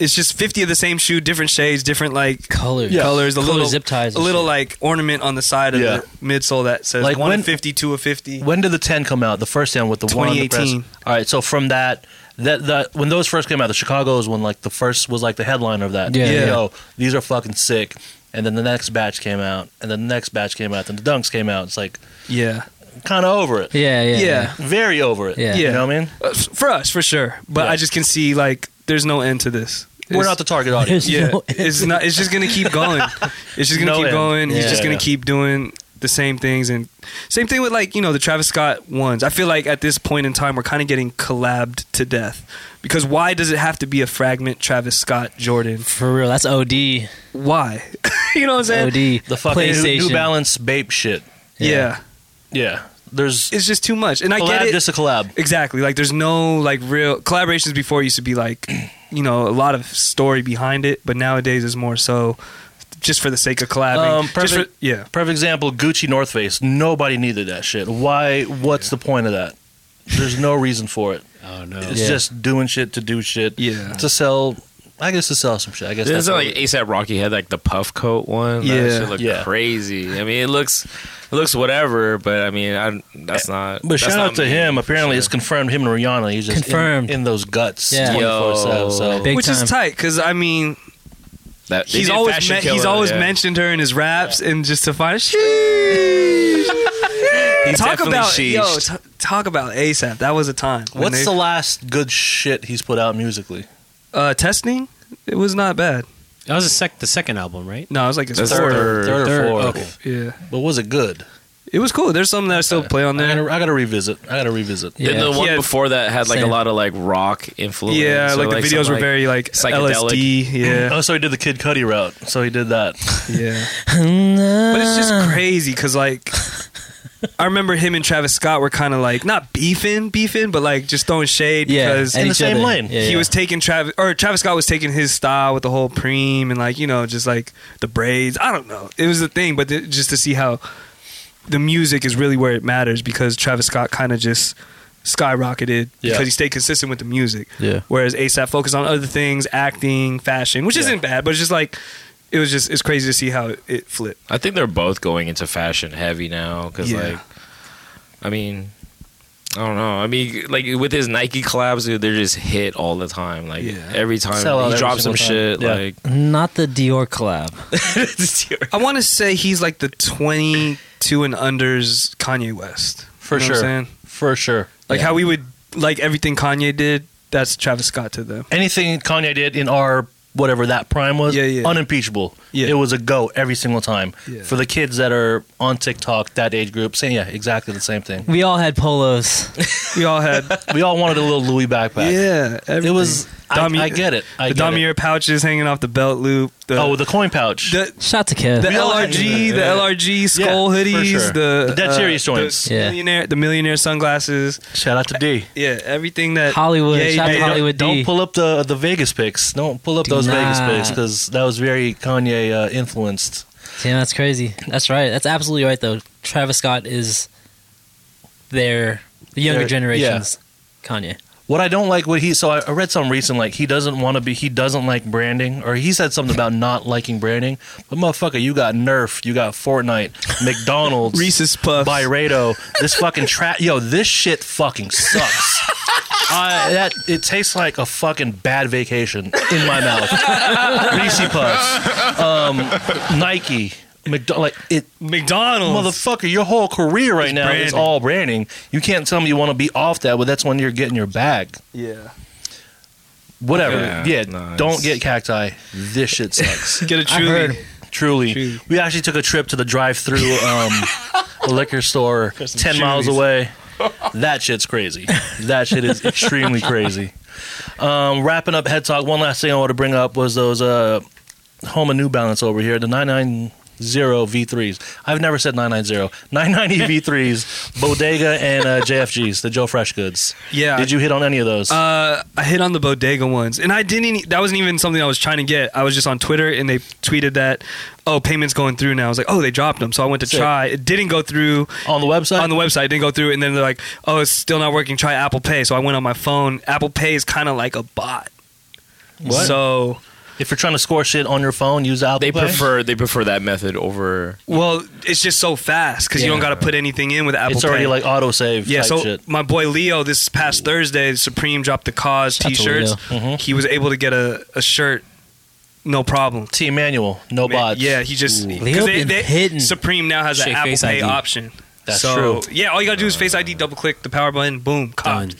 it's just 50 of the same shoe, different shades, different like
Colors.
Yeah.
colors, a
Color
little
zip ties
a
and
little
shit.
like ornament on the side of
Yeah.
the midsole that says
Like
like one
when-
of 50, two of 50.
When did the 10 come out? The first 10 with the one on the press.
2018.
All right, so from that, that, that when those first came out, the Chicago's when like the first was like the headliner of that.
Yeah. Yeah.
Yo, these are fucking sick. And then the next batch came out, and then the next batch came out, then the dunks came out. It's like
yeah.
kind of over it,
Yeah, yeah, yeah.
Yeah.
very over it.
Yeah.
you know what I mean.
Uh, f- For us, for sure. But
Yeah.
I just can see like there's no end to this.
We're
It's-
not the target audience.
Yeah,
No end.
it's not. It's just gonna keep going. It's just gonna
No
keep
end.
going. He's
Yeah.
just gonna
Yeah.
keep doing the same things and same thing with like you know the Travis Scott ones. I feel like at this point in time we're kind of getting collabed to death because why does it have to be a fragment Travis Scott Jordan?
For real, that's OD.
Why? you know what I'm saying?
OD.
the fucking New, New
PlayStation.
Balance Bape shit.
Yeah.
Yeah, there's
it's just too much. And I
collab
get it.
just a collab.
Exactly. Like there's no like real collaborations before used to be like, you know, a lot of story behind it, but nowadays it's more so just for the sake of collabing.
Um,
Just
perfect-
for- yeah.
Perfect example: Gucci North Face. Nobody needed that shit. Why? What's the point of that? There's no reason for it.
Oh no.
It's
Yeah.
just doing shit to do shit.
Yeah.
To sell, I guess to sell some shit. I guess
This
that's
is
what
like ASAP Rocky had like the puff coat one.
Yeah.
that shit looked
Yeah.
crazy. I mean, it looks it looks whatever, but I mean, I, that's not.
But
that's
shout
not
out to
me,
him.
for
Apparently,
sure.
it's confirmed him and Rihanna. He's just in-
Confirmed.
in, those guts.
Yeah.
Yeah.
Yo.
24 So
Big
Which
time.
is tight because I mean
That- they
he's
did
always
Fashion
me- he's
Killer,
always
yeah.
mentioned her in his raps and just to find sheesh.
He's
talk
definitely
about yo
sheeshed.
t- talk about ASAP. That was a time. when
What's
they-
the last good shit he's put out musically?
uh, testing? It was not bad.
That was the, sec- the second album, right?
No, it was like his
That's
third.
Third.
Third or
Third,
fourth.
okay.
Yeah,
But was it good?
it was cool. There's some that I still
Uh,
play on
I
there.
gotta, I gotta revisit. I gotta revisit.
Yeah.
And the one
Yeah.
before that had like
Same.
a lot of like rock influence.
Yeah,
or,
like, the
some,
videos were
like-
very like
psychedelic.
LSD. Yeah,
Oh, so he did the Kid Cudi route. So he did that.
yeah. But it's just crazy because like. I remember him and Travis Scott were kind of like not beefing, beefing, but like just throwing shade
Yeah,
because
at
In the
each
same
other.
lane.
Yeah,
he
yeah.
was taking Travis or Travis Scott was taking his style with the whole preem and like you know just like the braids. I don't know. It was the thing, but th- just to see how the music is really where it matters because Travis Scott kind of just skyrocketed
Yeah.
because he stayed consistent with the music.
Yeah.
Whereas ASAP focused on other things, acting, fashion, which isn't bad, but it's just like it was just it's crazy to see how it, it flipped.
I think they're both going into fashion heavy now because
Yeah.
like, I mean, I don't know. I mean, like with his Nike collabs, dude, they're just hit all the time. Like
Yeah.
every time
Sell out
he
every
drops some
single time.
shit,
Yeah.
like
Not the Dior collab.
I want to say he's like the twenty two and unders Kanye West
For
You know what I'm
sure.
saying?
For sure.
Like
Yeah.
how we would like everything Kanye did, that's Travis Scott to them.
Anything Kanye did in our whatever that prime was,
Yeah, yeah.
unimpeachable.
Yeah.
It was a go every single time.
Yeah.
For the kids that are on TikTok, that age group, saying, yeah, exactly the same thing.
We all had polos.
We all had
we all wanted a little Louis backpack.
yeah. Everything.
It was, I,
Damier-
I get it. I
the
get it.
Damier pouches hanging off the belt loop. The,
Oh, the coin pouch.
the,
Shout out to Kev.
the
We all had-
LRG, the
Yeah.
LRG skull
Yeah, for
hoodies,
sure.
the, uh,
The Dead Serious joints.
the
Yeah.
millionaire, the millionaire sunglasses.
Shout out to D.
Yeah, everything that
Hollywood.
Yeah,
Shout out to
yeah,
Hollywood
Don't
D.
pull up the the Vegas pics. Don't pull up
Do
those Vegas
not.
pics because that was very Kanye uh, influenced.
Damn, that's crazy. That's right. That's absolutely right, though. Travis Scott is their the younger
Their-
generations. Kanye.
What I don't like, what he so I, I read some recent like he doesn't want to be he doesn't like branding or he said something about not liking branding. But motherfucker, you got Nerf, you got Fortnite, McDonald's,
Reese's Puffs.
Byredo. This fucking trap, yo, this shit fucking sucks. I, that it tastes like a fucking bad vacation in my mouth. Reese Puffs, um, Nike, McDonald, like it.
McDonald's.
Motherfucker, your whole career right now is
Oh, branding.
all branding. You can't tell me you want to be off that, but that's when you're getting your bag.
yeah,
Whatever. Yeah,
Yeah, nice.
don't get cacti. This shit sucks.
get a
I heard-
truly.
Truly.
Truly.
We actually took a trip to the drive-through um, liquor store 10
some
miles
Trulies.
away. That shit's crazy. That shit is extremely crazy. Um, wrapping up head talk, one last thing I want to bring up was those uh, Home and New Balance over here, the 990 V3s. I've never said 990. 990 V3s, Bodega and uh, JFGs, the Joe Fresh Goods.
Yeah,
Did you hit on any of those?
Uh, I hit on the bodega ones, and I didn't. e- That wasn't even something I was trying to get. I was just on Twitter, and they tweeted that, "Oh, payments going through now." I was like, "Oh, they dropped them." So I went to
Sick.
try. It didn't go through
on the website?
on the website. It didn't go through, and then they're like, "Oh, it's still not working. Try Apple Pay." So I went on my phone. Apple Pay is kind of like a bot.
What?
So
If you're trying to score shit on your phone, use Apple
They
Pay.
prefer they prefer that method over.
well, it's just so fast because you don't
Yeah.
got to put anything in with Apple.
It's already
Pay.
like auto save.
Yeah,
type
so
shit.
my boy Leo, this past Thursday, Supreme dropped the cause
Shout out to
T-shirts.
Leo. Mhm.
He was able to get a, a shirt, no problem.
Team manual, no
Man,
bots.
Yeah, he just
Leo
because
been hitting.
Supreme now has an
Shit,
Apple
Face
Pay
ID.
option.
That's
so,
true.
Yeah, all you gotta do is Face ID, double click the power button, boom,
Done.
cocked.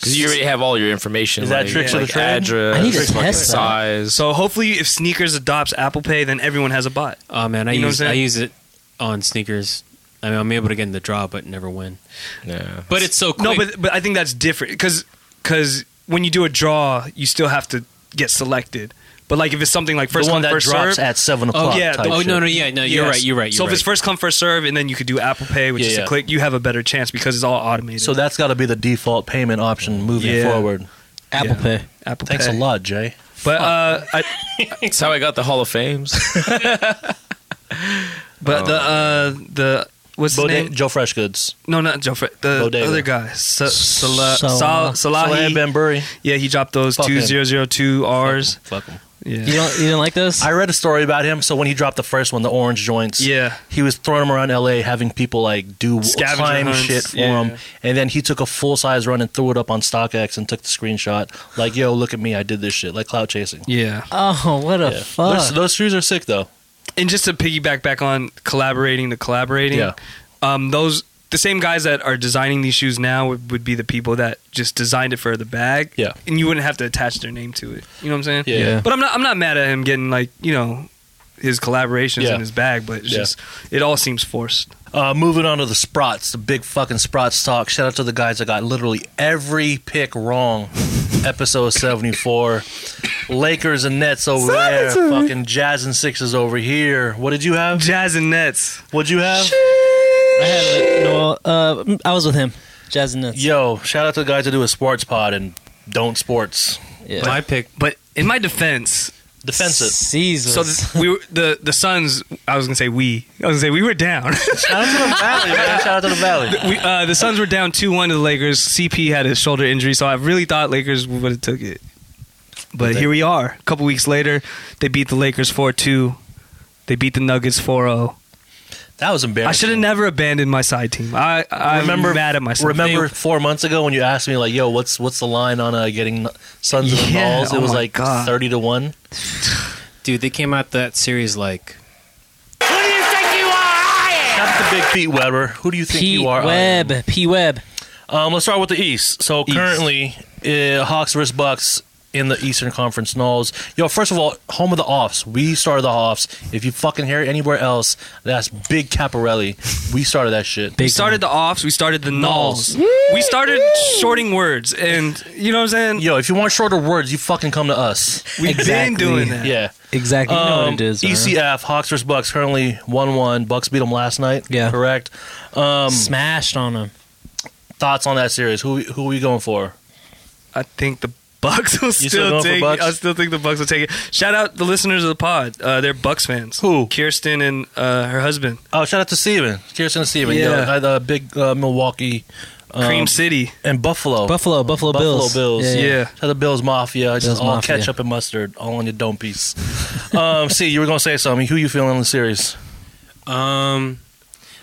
Because you already have all your information.
Is that
like,
trick
to
like
the trade?
address,
I need to
fucking
test that.
size.
So hopefully, if sneakers adopts Apple Pay, then everyone has a bot.
Oh man, I
You know
use
what I'm
I
saying?
use it on sneakers. I mean, I'm able to get in the draw, but never win.
Yeah.
But it's so quick.
No, but but I think that's different because when you do a draw, you still have to get selected. But like if it's something like
the
first
one
come
that
first
drops
serve,
at seven o'clock.
yeah,
type
oh
shit.
no, no, yeah, no, you're
Yes.
right, you're right.
so
You're
if it's
right.
first come first serve, and then you could do Apple Pay, which
Yeah,
is
yeah.
a click, you have a better chance because it's all automated.
So that's got to be the default payment option moving
Yeah.
forward.
Apple
Yeah.
Pay.
Apple
Thanks
Pay.
a lot, Jay.
But uh, I,
That's how I got the Hall of Fames.
but the uh, the what's his
Bode-
name?
Joe Fresh Goods.
No, not Joe. Fre- the
Bodega.
other guy, Sa- Sala-
Salah.
Sal-
Salahi
Uh, Salahi.
Ben Burry.
yeah, he dropped those
Fuck
two
him.
zero zero two R's.
Fuck him.
Yeah.
You don't you didn't like those?
I read a story about him. So when he dropped the first one, the orange joints,
Yeah.
he was throwing them around L.A., having people like do
Scavenger
climb
hunts.
shit for
Yeah.
him, and then he took a full size run and threw it up on StockX and took the screenshot. Like, yo, look at me, I did this shit, like cloud chasing.
Yeah.
oh, what a
Yeah.
fuck!
Those, those shoes are sick though.
And just to piggyback back on collaborating to collaborating,
Yeah.
um, those the same guys that are designing these shoes now would, would be the people that just designed it for the bag.
Yeah.
And you wouldn't have to attach their name to it. You know what I'm saying?
Yeah. Yeah.
But I'm not I'm not mad at him getting like, you know, his collaborations
Yeah.
in his bag, but it's
Yeah.
just it all seems forced.
Uh, moving on to the Sprots, the big fucking Sprots talk. Shout out to the guys that got literally every pick wrong. Episode 74. Lakers and Nets over there. Fucking Jazz and Sixers over here. What did you have?
Jazz and Nets.
What'd you have?
I had Noel. Uh, mm, I was with him. Jazz and Nuts.
Yo, shout out to the guys that do a sports pod and don't sports.
Yeah.
my pick,
But in my defense,
Defense it.
Caesars.
so this, we were, the the Suns. I was gonna say we. I was gonna say we were down.
Shout out to the Valley, man. Shout out to the Valley.
we, uh, the Suns were down two one to the Lakers. CP had a shoulder injury, so I really thought Lakers would have took it. But here we are. A couple weeks later, they beat the Lakers four two. They beat the Nuggets 4-0.
That was embarrassing.
I should have never abandoned my side team. I I remember
Remember-
mad at myself.
Remember four months ago when you asked me like, "Yo, what's what's the line on uh, getting Suns and
Yeah,
balls?" It
oh
was
my
like
God.
thirty to one.
dude. They came out that series like
Shout out to Big Pete Weber. Who do you think
P
you are?
Web. P Web.
Um, let's start with the East. So currently, uh, Hawks versus Bucks in the Eastern Conference Knolls. Yo, first of all, home of the offs. We started the offs. If you fucking hear it anywhere else, that's Big Caparelli. We started that shit.
we started the offs. We started the nulls. We started shorting words, and you know what I'm saying.
Yo, if you want shorter words, you fucking come to us.
We've
Exactly.
been doing that.
Yeah.
Exactly. You know
Um,
what it is. Aaron.
ECF Hawks versus Bucks currently one one. Bucks beat them last night.
Yeah.
correct. Um,
Smashed on him.
thoughts on that series? Who who are we going for?
I think the Bucks will
still
still,
going for
take.
Bucks?
I still think the Bucks will take it. Shout out the listeners of the pod. Uh, they're Bucks fans.
Who?
Kirsten and uh, her husband.
Oh, shout out to Steven. Kirsten and Steven.
Yeah.
Yeah, the big uh, Milwaukee um,
Cream City.
and Buffalo.
Buffalo. Buffalo,
Buffalo
Bills.
Bills.
Yeah.
Shout out to Bills Mafia. Just
Bills
all
Mafia.
ketchup and mustard, all on your dome piece. um, see, you were gonna say something. Who you feeling in the series?
um,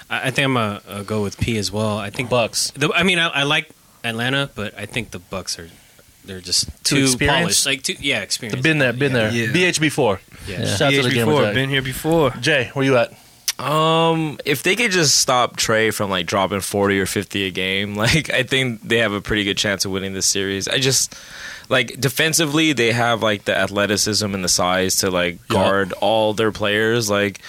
I, I think I'm a, a go with P as well. I think
Bucks.
The, I mean, I, I like Atlanta, but I think the Bucks are they're just
Too
too,
experienced?
polished. Like too, yeah, experience.
Been there, been there.
Yeah.
BH before.
Yeah.
Shout out to the
BH
game
before.
attack.
Been here before.
Jay, where you at?
Um, if they could just stop Trey from like dropping forty or fifty a game, like I think they have a pretty good chance of winning this series. I just like defensively, they have like the athleticism and the size to like guard all their players. Like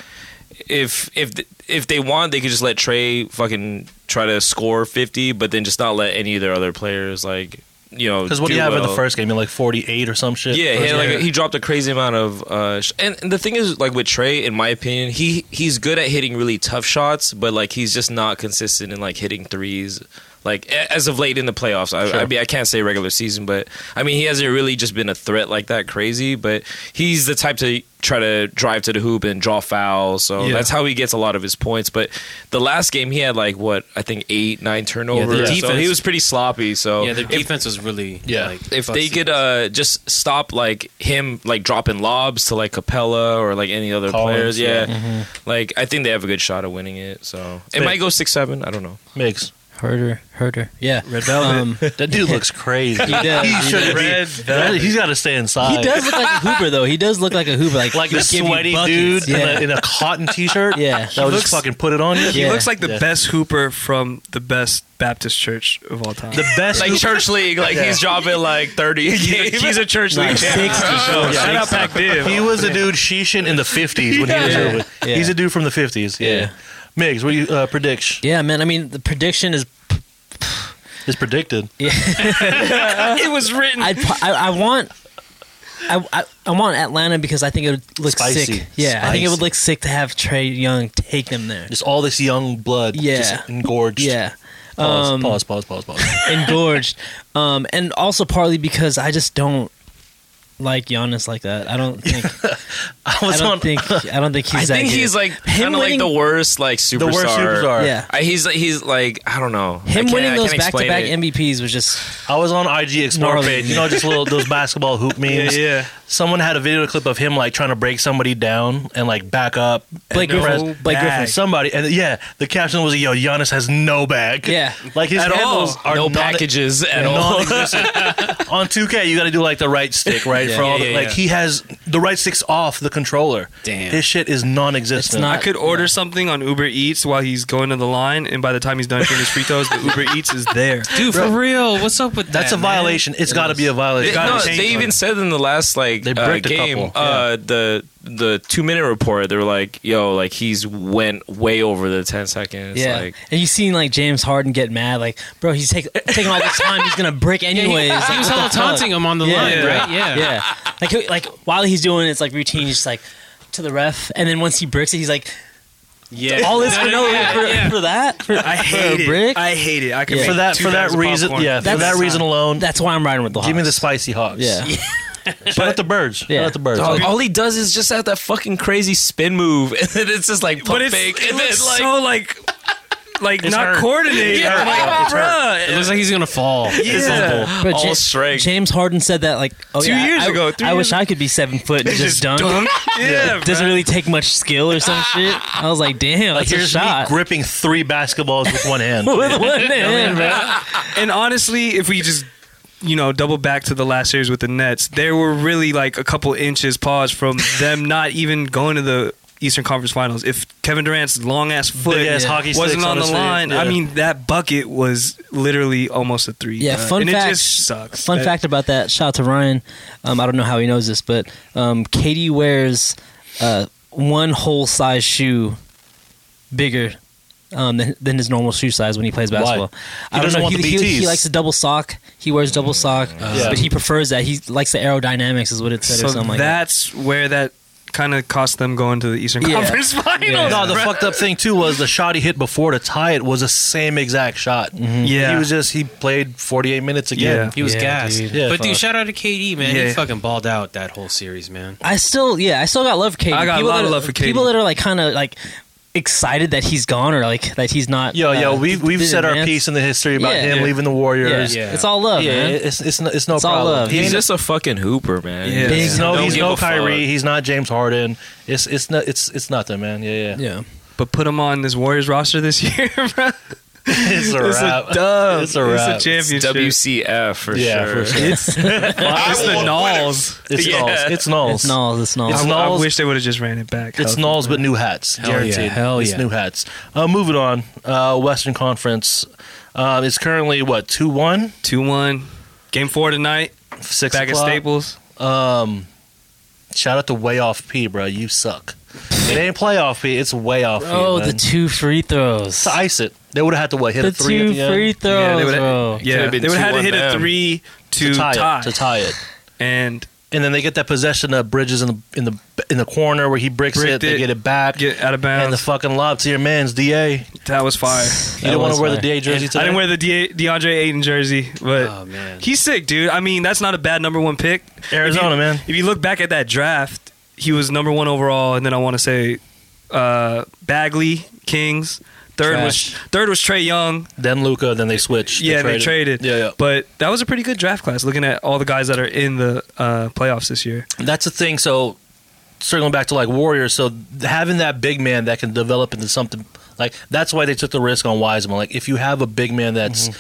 if if if they want, they could just let Trey fucking try to score fifty, but then just not let any of their other players like you know
Because what do you have in the
well.
first game? You're like 48 or some shit.
Yeah, he,
First
had, like,
game?
he dropped a crazy amount of. Uh, sh- and, and the thing is, like with Trey, in my opinion, he he's good at hitting really tough shots, but like he's just not consistent in like hitting threes Like a- as of late in the playoffs, I, I mean I can't say regular season, but I mean he hasn't really just been a threat like that crazy. But he's the type to try to drive to the hoop and draw fouls, so
Yeah.
that's how he gets a lot of his points. But the last game he had like what I think eight nine turnovers, so
defense-
he was pretty sloppy. So
yeah, their
if-
defense was really
Yeah.
Like,
if they
busted.
could uh, just stop like him like dropping lobs to like Capella or like any other
Collins,
players, yeah. Mm-hmm. Like I think they have a good shot of winning it. So it
They-
might go six seven. I don't know.
Mix.
Herder, herder. Yeah. Red Velvet. Um,
That dude looks crazy. he
does, he
should be.
Red
That- He's got to stay inside.
he does look like a hooper, though. He does look like a hooper. Like,
Like
he'll
a
give you
sweaty
buckets.
dude
Yeah.
in, a, in a cotton t-shirt.
Yeah.
that would just
looks-
fucking put it on you.
He
Yeah.
looks like the
Yeah.
best hooper from the best Baptist church of all time.
The best.
Like church league, like he's dropping like thirty. a game.
He's a church
Nah,
league champion.
60.
Oh, Shout out Pac
he was a dude sheeshing in the fifties when he was
Yeah.
over.
Yeah.
He's a dude from the fifties. Yeah.
Yeah.
Migs, what do you uh, predict?
yeah, man. I mean, the prediction is
It's predicted.
It was written.
I'd, pu- I, I want. I, I, I want Atlanta because I think it would look
Spicy.
sick. Yeah, I think it would
Spicy.
look sick to have Trey Young take them there.
Just all this young blood.
Yeah.
Just engorged.
Yeah,
Pause.
Um,
pause. Pause. Pause. Pause.
engorged, um, and also partly because I just don't like Giannis like that. I don't think.
I
I
was
don't
on
think. I don't think he's.
I
that
think
good.
he's like kind of like
winning-
the worst like superstar.
the worst superstar.
Yeah,
Uh, he's he's like I don't know. I
him
can't-
winning
I
those
can't
back to
explain
back
it.
MVPs was just
I was on IG Explore
Gnarly.
page. You know, just little those basketball hoop
yeah,
memes.
yeah.
Someone had a video clip of him like trying to break somebody down and like back up.
Blake
and
Griffin.
press-
Blake
bag
Griffin.
Somebody and yeah, the caption was "Yo, Giannis has no bag."
Yeah.
like his
At all,
handles are
no
non-
packages at all.
non-existent. on 2K, you got to do like the right stick, right?
Yeah.
For all
Yeah,
the,
yeah,
like
yeah.
he has the right sticks off the controller.
Damn.
his shit is non-existent.
It's
I
not-
could order something on Uber Eats while he's going to the line, and by the time he's done eating his fritos, the Uber Eats is there.
dude, for real, what's up with
That's
that,
a
man?
violation. It's got to be a
They,
violation.
no, they even said in the last like
They
uh,
bricked a
game,
couple,
uh, the the two minute report. They were like, "Yo, like he's went way over the ten seconds."
yeah.
like,
and you seen like James Harden get mad, like bro, he's taking taking all this time. He's gonna brick anyways.
Yeah, he, he
Like,
was
what the
hella
fuck?
taunting him on the
Yeah.
line,
Yeah.
right? Yeah.
yeah. Like he- like while he's doing it's like routine, he's just like to the ref, and then once he bricks it, he's like
yeah.
all this
No,
for
no,
no
yeah,
for,
yeah.
for that. For-
I hate it.
brick?
I hate it. I could
Yeah.
make
for that for that
2,000
reason.
popcorn.
Yeah, for
That's-
that reason alone.
That's why I'm riding with the Hawks.
Give me the spicy hogs.
Yeah,
Shout out the birds.
Yeah.
Shout out the birds.
Dog, all he does is just have that fucking crazy spin move, and then it's just like pump
But it's
fake,
it
and then
looks
like
so like like
It's
not
hurt.
coordinated.
Yeah.
I'm like,
It's
bruh.
It looks like he's gonna fall.
yeah.
But
all
Ja-
strength.
James Harden said that like oh,
Two
yeah, I-
years
I,
ago, three
I wish
years
I could be seven foot and just, dunk.
dunk. Yeah,
Doesn't
bruh.
really take much skill or some shit. I was like, damn,
Like
that's a
here's me
shot.
gripping three basketballs with one hand.
with one hand, bro.
And honestly, if we just you know double back to the last series with the Nets, there were really like a couple inches pause from them not even going to the Eastern Conference Finals. If Kevin Durant's long ass foot
Big-ass
Yeah.
hockey
wasn't
sticks
on the
his feet.
line, I
Yeah.
mean that bucket was literally almost a three.
Yeah,
bruh.
fun
and
fact-
It just sucks.
Fun
That-
fact about that. Shout out to Ryan. Um, I don't know how he knows this, but um, Katie wears uh, one whole size shoe bigger um, than, than his normal shoe size when he plays basketball. I don't
doesn't
know.
want
he,
the
he- he
BTs.
likes a double sock. He wears double sock,
Yeah.
but he prefers that. He likes the aerodynamics, is what it said,
So
or something like that.
that's where that kind of cost them going to the Eastern
Yeah.
Conference Finals.
Yeah.
No, the fucked up thing too was the shot he hit before to tie it was the same exact shot.
Yeah.
he was just he played 48 minutes again.
He was
Yeah,
gassed.
dude.
Yeah,
but dude,
fuck.
shout out to KD, man.
Yeah.
He fucking balled out that whole series, man.
I still, yeah, I still got love for Katie.
I got a
people
lot
that
of
are-
love for Katie.
People that are like kind of like excited that he's gone or like that he's not.
Yo, yo,
uh,
we've we've
didn't
said our
advance.
piece in the history about
Yeah.
him
Yeah.
leaving the
Yeah.
Warriors.
Yeah.
it's all love,
Yeah,
man.
it's it's no, it's no
It's all
problem.
love.
He
he's
ain't-
just a fucking hooper, man.
Yeah.
Big
he's no
Don't
he's
give
no
a fuck.
Kyrie. He's not James Harden. It's it's not it's it's nothing, man. Yeah, yeah.
yeah.
But put him on this Warriors roster this year, bro.
It's a
It's
wrap.
a dub.
It's a wrap.
championship.
WCF for
Yeah,
sure.
for sure.
It's, it's the Knolls.
It's
Yeah.
Knolls. It's Knolls.
It's Knolls. It's Knolls.
It's
I, I
Knolls.
wish they would have just ran it back.
It's
Healthy.
Knolls, but new hats.
Hell yeah,
guaranteed.
hell
it's
yeah.
new hats. Uh, moving on. Uh, Western Conference. Um, it's currently what two one
2 1. Game four tonight.
six
back
o'clock.
at Staples.
Um, shout out to way off P, bro. You suck. it ain't playoff P. It's way off.
Oh,
P, man.
the two free throws.
to ice it. They would have had to what hit
the
a three
two
at the end
free throws,
they would've-
bro.
Yeah,
been
they would have had
2-1
to hit a
them.
3 to,
to tie,
tie.
it. To tie it.
And
and then they get that possession of Bridges in the in the in the corner where he bricks
Bricked
it. They
it.
get it back.
Get out of
and the
bounds.
fucking lob to your man's DA.
that was fire.
You didn't want to wear the DA jersey today.
I didn't wear the De- DeAndre Ayton jersey, but
Oh, man.
he's sick, dude. I mean, that's not a bad number one pick.
Arizona,
If you-
man.
If you look back at that draft, he was number one overall, and then I want to say uh, Bagley Kings. Third
Trash.
was third was Trey Young.
Then Luca. Then they switched.
yeah, they traded.
Yeah, yeah.
But that was a pretty good draft class. Looking at all the guys that are in the uh, playoffs this year,
that's the thing. So circling back to like Warriors, so having that big man that can develop into something like that's why they took the risk on Wiseman. Like if you have a big man that's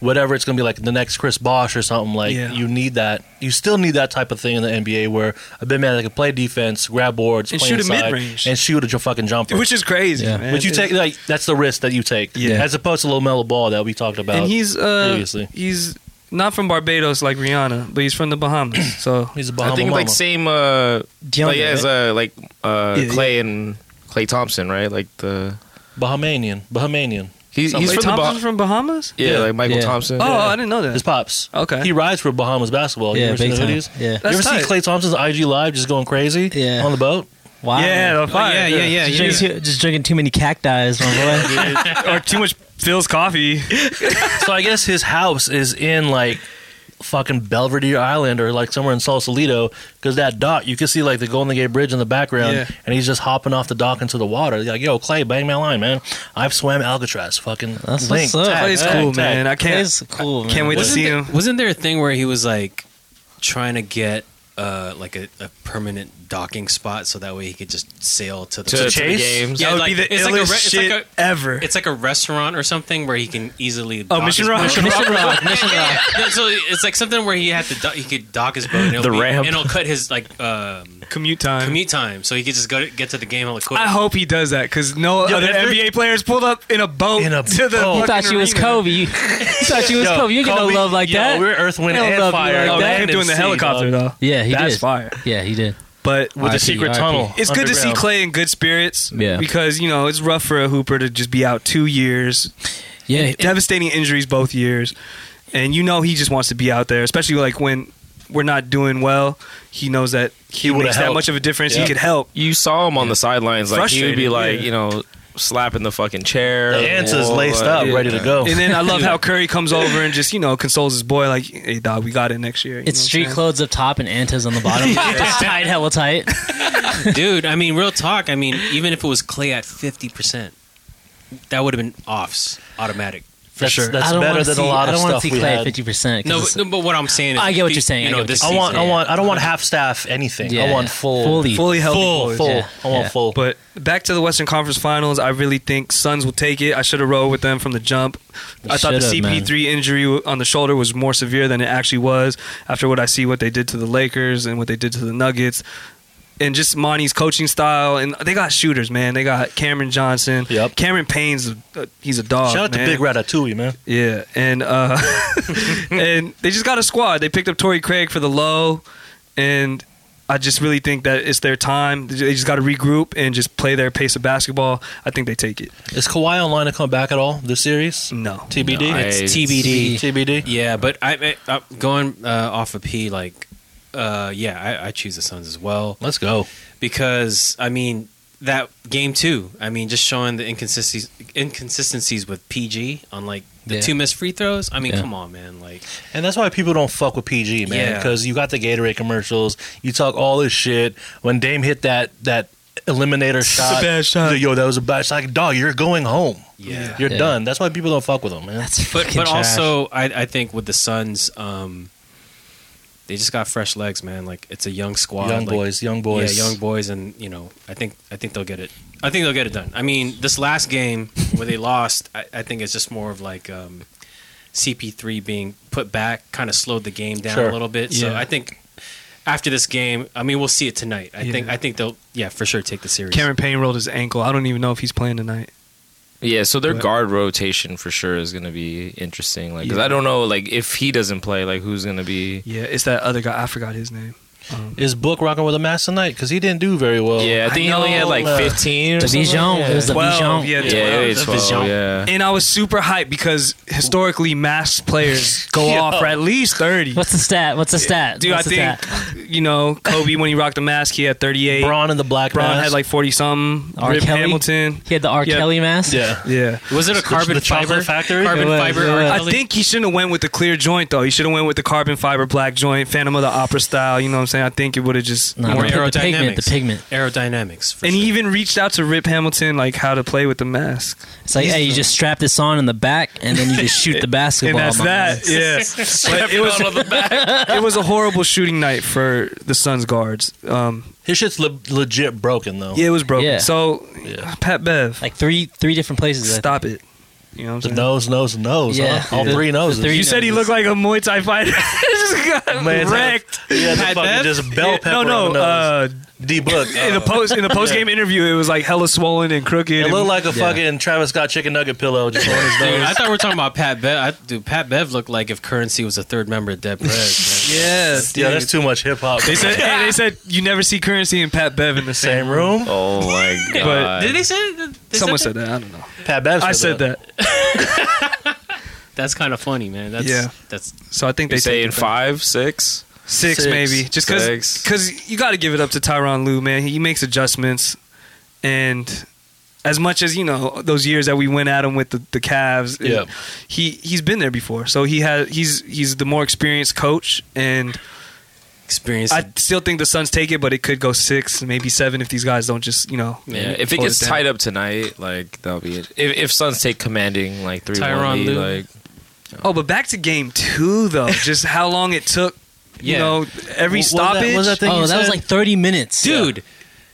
whatever, it's going to be like the next Chris Bosh or something. Like
Mm-hmm. Yeah.
you need that. You still need that type of thing in the NBA where a big man that can play defense, grab boards,
And
play
shoot a
inside,
mid-range.
and shoot a j- fucking jumper.
which is crazy.
Yeah.
man.
but you take like that's the risk that you take,
Yeah.
as opposed to Lomelo Ball that we talked about.
and he's uh,
previously.
he's not from Barbados like Rihanna, but he's from the Bahamas. So
he's a
I
Bahama
think like
mama.
same uh,
DeAndre,
like as uh, like uh,
Yeah,
Clay and Clay Thompson, right? Like the
Bahamian, Bahamian.
he's he's
Wait,
from the
Thompson's
Bah-
from Bahamas.
yeah,
Yeah.
like Michael
Yeah.
Thompson.
Oh,
Yeah.
I didn't know that.
His pops.
Okay.
He rides for Bahamas basketball. you
Yeah,
ever seen
big
the
time.
hoodies?
Yeah.
you ever
That's
see
tight.
Clay Thompson's IG live just going crazy?
Yeah.
On the boat?
Wow.
Yeah, the
Oh,
fire.
yeah, yeah, yeah,
Just drinking,
yeah.
too, just drinking too many cacti, my boy.
or too much Phil's coffee.
so I guess his house is in like fucking Belvedere Island or like somewhere in Sausalito because that dock, you can see like the Golden Gate Bridge in the background
Yeah.
and he's just hopping off the dock into the water. He's like, yo, Clay, bang my line, man. I've swam Alcatraz. Fucking
That's
link.
what's up.
tag,
Clay's
tag,
cool,
tag.
man. I can't.
It's cool, man.
can't wait to
Wasn't
see
there,
him.
wasn't there a thing where he was like trying to get uh, like a, a permanent docking spot so that way he could just sail to the
To, to the
Chase?
games.
Yeah,
that would
like-
be the
it's
illest
like a re- it's
shit
like a-
ever.
It's like a restaurant or something where he can easily.
Oh,
dock
Mission
his
Rock.
boat.
Mission Rock.
Yeah, yeah, yeah. No, so it's like something where he had to dock, he could dock his boat. And it'll
The
be,
ramp.
And it'll cut his like um,
Commute time.
commute time, so he could just go to, get to the game hella quick.
I hope he does that because no
Yo,
other
every-
NBA players pulled up in a boat
In a
to the.
boat.
fucking
You
You thought you was
arena.
Kobe. You thought you was
Yo,
Kobe. You get no
Kobe,
love like
yo,
that.
We're Earth, Wind,
They don't
and
love you
Fire.
like
Oh,
Oh,
that.
man,
him doing the
see,
helicopter
dog.
though.
Yeah, he
That's
did.
fire.
Yeah, he did.
But
With the
RIP,
secret
RIP.
tunnel.
it's good to see
underground.
Clay in good spirits.
Yeah.
Because you know it's rough for a hooper to just be out two years,
Yeah,
devastating injuries both years, and you know he just wants to be out there, especially like when we're not doing well. He knows that he,
would've
makes that
helped.
much of a difference.
Yeah.
He could help.
You saw him on the sidelines, like he would be
Frustrated,
like,
yeah.
you know, slapping the fucking chair.
The ants is
wall,
laced
like,
up,
yeah.
ready to go.
And then I love how Curry comes over and just you know consoles his boy like, "Hey, dog, we got it next year." You know what
it's
I'm
street
saying?
clothes up top and antas on the bottom. Just tied hella tight.
dude. I mean, real talk. I mean, even if it was Clay at fifty percent, that would have been offs automatic.
That's,
sure.
that's
I don't
better
wanna
than
see,
a lot
I
of
don't wanna
stuff
see
we
Clay
had.
at fifty percent.
No, but, no, but what I'm saying, is
I get what
the-
you're saying, I
You know,
get what
this
you're
I want,
season-
I
Yeah.
want, I don't want half staff anything. I
Yeah.
want full,
Fully.
fully healthy
full,
boys.
full.
Yeah.
I want
Yeah.
full.
But back to the Western Conference Finals, I really think Suns will take it. I should have rolled with them from the jump. I thought the
should've, man.
CP3 injury w- on the shoulder was more severe than it actually was after what I see what they did to the Lakers and what they did to the Nuggets. And just Monty's coaching style, and they got shooters, man. They got Cameron Johnson.
Yep.
Cameron Payne's a- he's a dog.
Shout out to
man.
Big Ratatouille, man.
Yeah, and uh, and they just got a squad. They picked up Torrey Craig for the low, and I just really think that it's their time. They just got to regroup and just play their pace of basketball. I think they take it.
Is Kawhi online to come back at all this series?
No,
TBD.
No, I-
It's TBD.
TBD.
Yeah, but I, I I'm going uh, off of P like, uh, yeah, I, I choose the Suns as well
Let's go.
because I mean that game two. I mean, just showing the inconsistencies inconsistencies with PG on like the
Yeah.
two missed free throws. I mean,
Yeah.
come on, man, like
And that's why people don't fuck with PG, man.
Yeah.
Because you got the Gatorade commercials. You talk all this shit. When Dame hit that that eliminator shot,
bad shot.
he's like, yo, that was a bad shot. Like, dog, you're going home.
yeah.
You're
Yeah.
done. That's why people don't fuck with him, man.
That's
But
fucking
but
trash.
also, I I think with the Suns, um, they just got fresh legs, man. Like it's a young squad,
young
like,
boys, young boys,
Yeah, young boys, and you know, I think I think they'll get it. I think they'll get it done. I mean, this last game where they lost, I, I think it's just more of like um, CP3 being put back, kind of slowed the game down
Sure.
a little bit. So
Yeah.
I think after this game, I mean, we'll see it tonight. I think
Yeah.
I think they'll yeah for sure take the series.
Cameron Payne rolled his ankle. I don't even know if he's playing tonight.
Yeah, so their
But-
guard rotation for sure is going to be interesting. Like, 'cause
Yeah.
I don't know, like if he doesn't play, like who's going to be?
Yeah, it's that other guy. I forgot his name. Um,
Is Book rocking with a mask tonight? Because he didn't do very well.
Yeah, I think he only had like
uh,
15 or
The
something.
Bichon. It was the
Twelve,
Bichon.
yeah,
Yeah, yeah,
twelve.
it's 12, yeah.
And I was super hyped because historically, mass players go
Yo.
off for at least thirty.
What's the stat? What's the stat?
Dude, I
What's the
think
stat?
you know Kobe when he rocked the mask, he had thirty-eight. Braun,
Braun and the Black
had
Mask.
like forty-something.
R.
Rip
Kelly?
Hamilton.
he had the R.
Yeah.
Kelly mask.
yeah.
Yeah.
Was it a carbon
the chocolate
fiber
factory?
Carbon
It was,
fiber.
it
R.
was.
I
Kelly?
think he shouldn't have went with the clear joint though. He should have went with the carbon fiber black joint, Phantom of the Opera style. You know what I'm saying? I think it would have just.
Nah,
More
the, pi- the pigment. The
aerodynamics.
pigment.
aerodynamics. For
And
sure.
he even reached out to Rip Hamilton like how to play with the mask.
It's like, hey, you just strap this on in the back, and then you just shoot the
and
basketball.
that's
my man.
that. Yeah, But it was it was a horrible shooting night for the Suns guards. Um,
His shit's le- legit broken though.
yeah, it was broken.
Yeah.
So
Yeah.
Pat Bev,
Like three, three different places. I
stop it. You know what
The
I'm saying?
nose, nose, and nose.
Yeah.
Huh? All
The-
three
the
noses.
three-
You said he looked like a Muay Thai fighter. just got
Man's had-
wrecked.
Yeah, the fucking
Bev?
just bell pepper.
no,
On the
no.
nose.
Uh,
D book.
in the post in the post game interview, it was like hella swollen and crooked.
It
and-
looked like a fucking Travis Scott chicken nugget pillow just on his
Dude,
nose.
I thought we were talking about Pat Bev. I, dude, Pat Bev looked like if Currency was a third member of Dead Prez. man.
yeah,
Yeah,
dude.
that's too much hip hop.
They said hey, they said you never see currency and Pat Bev in the same,
Same room.
Oh my god.
But-
Did they say that? they
Someone said that. I don't know.
Pat Babs.
I said that.
That's kind of funny, man. That's,
Yeah.
That's
So I think
they
they
say
take
in
it back.
five, six.
six,
Six.
maybe just because
Six.
because you got to give it up to Tyron Lue, man. He makes adjustments, and as much as you know, those years that we went at him with the the Cavs,
Yeah.
he he's been there before, so he has he's he's the more experienced coach, and
experience.
I still think the Suns take it, but it could go six, maybe seven if these guys don't just you know.
Yeah, if it
hold
gets
down.
tied up tonight, like that'll be it. If, if Suns take commanding, like three
Tyronn
one,
Lue.
like
Oh, but back to game two though, just how long it took. You
Yeah.
know, every
was that-
stoppage.
was that the-
Oh,
You
that was
said-
like thirty minutes,
dude,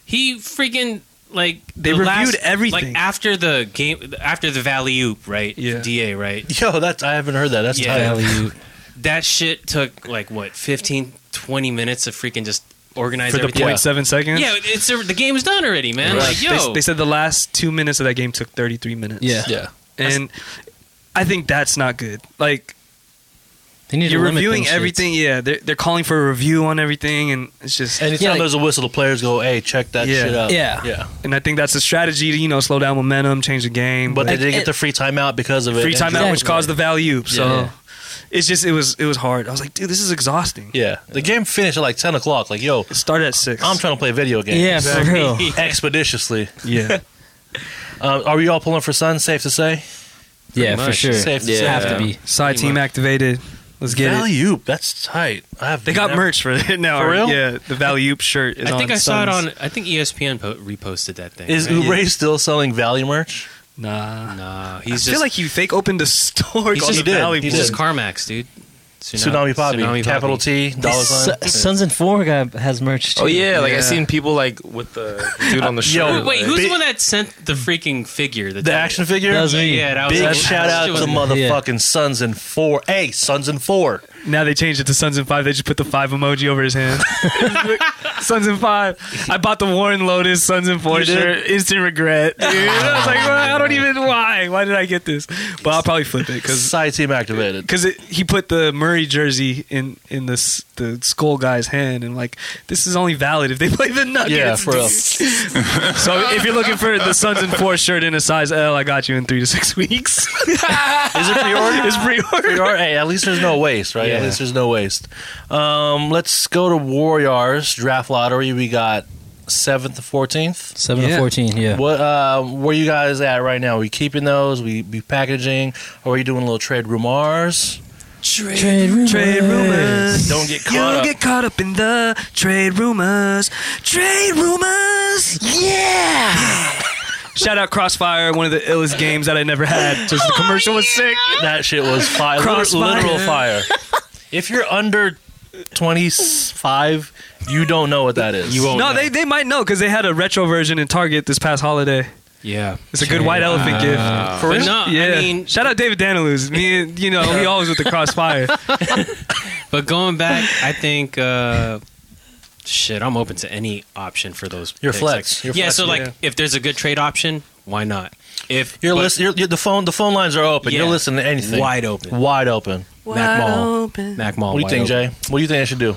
he freaking like
They
the
reviewed
last-
everything.
Like after the game, after the Valley Oop, right?
Yeah.
Da, right?
Yo, that's I haven't heard that. That's
Yeah.
tight.
That shit took like what 15, 20 minutes of freaking just organize
for the
everything.
point seven seconds.
Yeah, it's the game's done already, man.
Right.
Like,
They-
yo,
They, said the last two minutes of that game took 33 minutes.
Yeah.
Yeah.
And I think that's not good. Like,
They need to
you're
limit
reviewing
them shits.
everything. Yeah. They're, they're calling for a review on everything. And it's just, and,
Anytime
Yeah, like-
there's a whistle, the players go, "Hey, check that
Yeah.
shit out."
Yeah.
yeah.
I think that's a strategy to, you know, slow down momentum, change the game.
But they did
it-
get the free timeout because of it.
free timeout,
And-
which caused the value. So
Yeah.
it's just, it was, it was hard. I was like, dude, this is exhausting.
Yeah, the game finished at like ten o'clock. Like, yo,
It started at six.
I'm trying to play video games.
Yeah, for real.
Expeditiously,
yeah.
uh, are we all pulling for Sun? Safe to say,
Yeah, for
much.
sure.
Safe to
Yeah.
say.
Have to be.
Side team activated. Let's get it.
Valley oop, that's tight. I have
They got
never-
merch for it now.
For real?
Yeah. The Valley Oop shirt is
I think
on
I saw it
Suns.
on. I think E ESPN po- reposted that thing.
Is
right?
Oubre still selling Valley merch?
Nah.
Nah,
I
he's
feel
just
like you fake opened the store
He's
called
just-
the
he did.
Valley
He
he's
Boys.
just Carmax, dude.
Tsunami Poppy,
Tsunami
capital
Poppy.
T, dollar sign.
S- Sons and Four guy has merch. Too.
oh yeah, like
Yeah.
I seen people like with the dude on the
Yo,
show.
Wait, who's
Big-
the one that sent the freaking figure?
The action figure.
That was me.
Yeah, that was
Big
that
shout out
shit
to
was-
motherfucking Sons and Four. Hey, Sons and Four.
Now they changed it to Sons and Five. They just put the five emoji over his hand. Sons and Five. I bought the Warren Lotus Sons and Four
You did?
shirt. Instant regret. Dude. I was like, well, I don't even why. Why did I get this? But I'll probably flip it because.
Side team activated.
Because he put the Murray jersey in in the s- the skull guy's hand, and like this is only valid if they play the Nuggets.
Yeah, for real.
so if you're looking for the Suns and Four shirt in a size L, I got you in three to six weeks.
Is it pre-order?
it's pre-order.
Or, hey, at least there's no waste, right? At
Yeah.
least there's no waste. Um, let's go to Warriors draft lottery. We got seventh to fourteenth.
Seven to
Yeah.
fourteen. Yeah.
What uh, where you guys at right now? we keeping those? We be packaging? Or are you doing a little trade rumors?
Trade rumors.
Trade rumors.
Don't get caught
You
up.
get caught up in the trade rumors. Trade rumors. Yeah. Shout out Crossfire, one of the illest games that I never had. Just
Oh,
the commercial was sick.
That shit was fire.
Crossfire.
Literal fire. if you're under twenty five, you don't know what that is. You
won't.
No, they, they might know because they had a retro version in Target this past holiday.
Yeah.
It's a good white elephant
Ah.
gift.
For real? No,
Yeah.
I mean,
Shout out David Danilus. Me, and- you know, he always with the Crossfire.
but going back, I think uh shit, I'm open to any option for those.
Your
picks.
flex.
Like,
Your
yeah,
flex,
so like
yeah.
if there's a good trade option, why not? If
You're
but
listening. You're, you're, the phone. The phone lines are open.
Yeah.
You're listening to anything.
wide open.
Wide open. Mac Mall.
Mac Mall.
What do you
wide
think,
open.
Jay? What do you think I should do?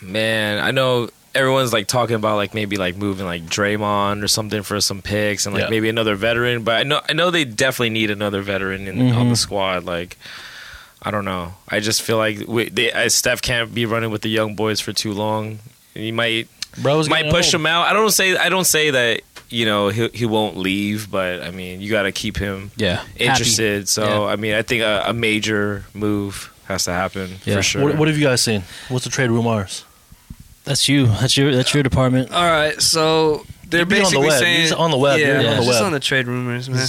Man, I know everyone's like talking about like maybe like moving like Draymond or something for some picks and like
Yeah.
maybe another veteran, but I know I know they definitely need another veteran in on
Mm-hmm.
the squad. Like I don't know. I just feel like we, they, uh, Steph can't be running with the young boys for too long. He might
Bro's
might
getting
push
old.
him out. I don't say I don't say that you know he he won't leave, but I mean you got to keep him
Yeah.
interested. So I mean I think a, a major move has to happen
Yeah.
for sure.
What, what have you guys seen? What's the trade rumors?
That's you. That's your. That's your department.
All right, so they're
You'd be on the
basically
web.
saying
You're on the web.
Yeah,
You're
on the
just
web.
on the trade rumors, man.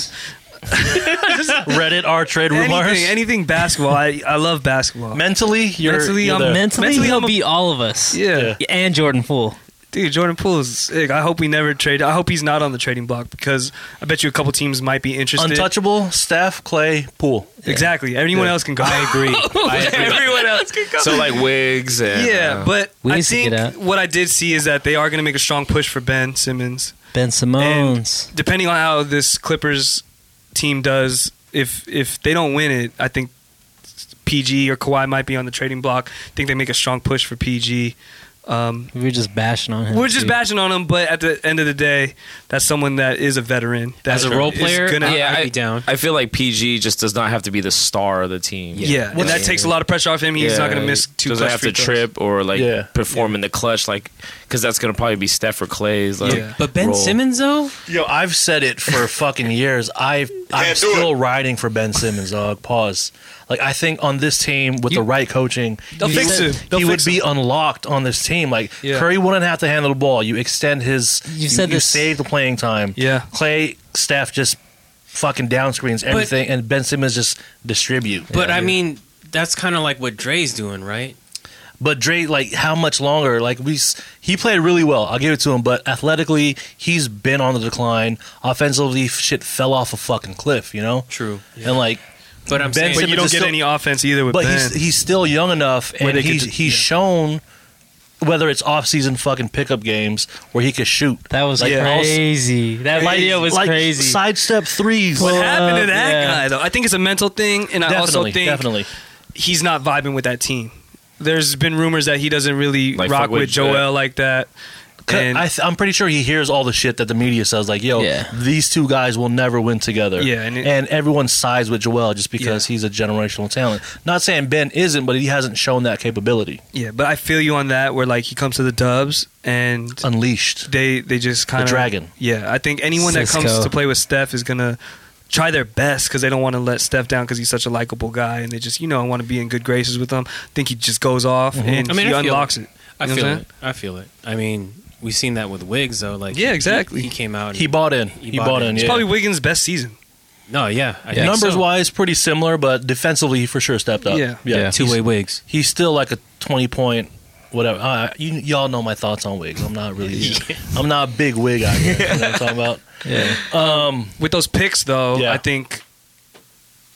Reddit, our trade rumors.
anything, anything basketball. I I love basketball.
Mentally, you're
Mentally,
you're
I'm
there.
Mentally,
Mentally,
he'll
I'm a-
be all of us.
yeah.
Yeah.
And Jordan Poole.
dude, Jordan Poole is sick. I hope we never trade. I hope he's not on the trading block because I bet you a couple teams might be interested.
untouchable. Steph, Clay, Pool.
Exactly. Anyone else can go. I agree. Everyone else can go.
so like wigs and
yeah,
uh,
but
We
I
need to get
think
out.
what I did see is that they are going to make a strong push for Ben Simmons.
Ben Simmons.
And depending on how this Clippers team does, if if they don't win it, I think PG or Kawhi might be on the trading block. I think they make a strong push for PG. Um,
we were just bashing on him.
we're just
too.
bashing on him, but at the end of the day, that's someone that is a veteran. That
As a role
is
player,
gonna-
I-
yeah,
I'd be down.
I feel like PG just does not have to be the star of the team.
and that takes a lot of pressure off him. He's not going to miss two.
Doesn't
clutch
have
free
to
throws.
trip or like
Yeah.
perform in the clutch, like because that's gonna probably be Steph or Clay's. Like,
Yeah.
But Ben
role.
Simmons though,
Yo, I've said it for fucking years. I've I'm still riding for Ben Simmons, dog. Pause. Like I think on this team with the right coaching,
They'll
he,
fix
would-
him. They'll
he would
fix
be unlocked on this team. Like
Yeah.
Curry wouldn't have to handle the ball. You extend his.
You said
you
this-
save the playing time.
Yeah.
Clay Steph just fucking down screens everything, and Ben Simmons just distribute.
but I mean that's kind of like what Dre's doing, right?
But Dre, like, how much longer? Like, we s- he played really well. I'll give it to him. But athletically, he's been on the decline. Offensively, f- shit fell off a fucking cliff. You know.
True.
And like,
But I'm
Ben
saying,
But you
Simmons
don't
is
get
still-
any offense either with
but
Ben.
he's he's still young enough, and
they get
he's
to-
he's shown whether it's off-season fucking pickup games where he could shoot.
That was
Like, also-
crazy. that video was
like
crazy.
Sidestep threes.
what happened to
Well,
that
yeah.
guy though? I think it's a mental thing, and I also
Definitely,
think
definitely.
he's not vibing with that team. There's been rumors that he doesn't really
Like,
rock
fuck with
with Joel
that.
like that. And
I th- I'm pretty sure he hears all the shit that the media says, like, "Yo,
Yeah.
these two guys will never win together."
Yeah, and it-
everyone sides with Joel just because
Yeah.
he's a generational talent. Not saying Ben isn't, but he hasn't shown that capability.
yeah, but I feel you on that. Where like he comes to the Dubs and
Unleashed.
they they just kind of
dragon.
Yeah, I think anyone that comes
Cisco.
to play with Steph is gonna try their best because they don't want to let Steph down because he's such a likable guy and they just you know want to be in good graces with him. I think he just goes off
Mm-hmm.
and
I mean,
he
I feel
unlocks
it.
it.
I
You know
feel
what
it.
I'm saying?
I feel it. I mean, we've seen that with Wigs though. Like,
Yeah,
he-
exactly.
He, came out.
He bought in. He, bought, in.
It's
yeah.
probably Wiggins' best season.
No, yeah. I think
Numbers
so.
wise, pretty similar, but defensively, he for sure stepped up.
Yeah.
yeah.
Yeah.
two way Wigs.
He's still like a 20 point. Whatever, uh, you y'all know my thoughts on wigs. I'm not really, I'm not a big wig guy. You know what I'm talking about? Um,
yeah.
with those picks though,
Yeah.
I think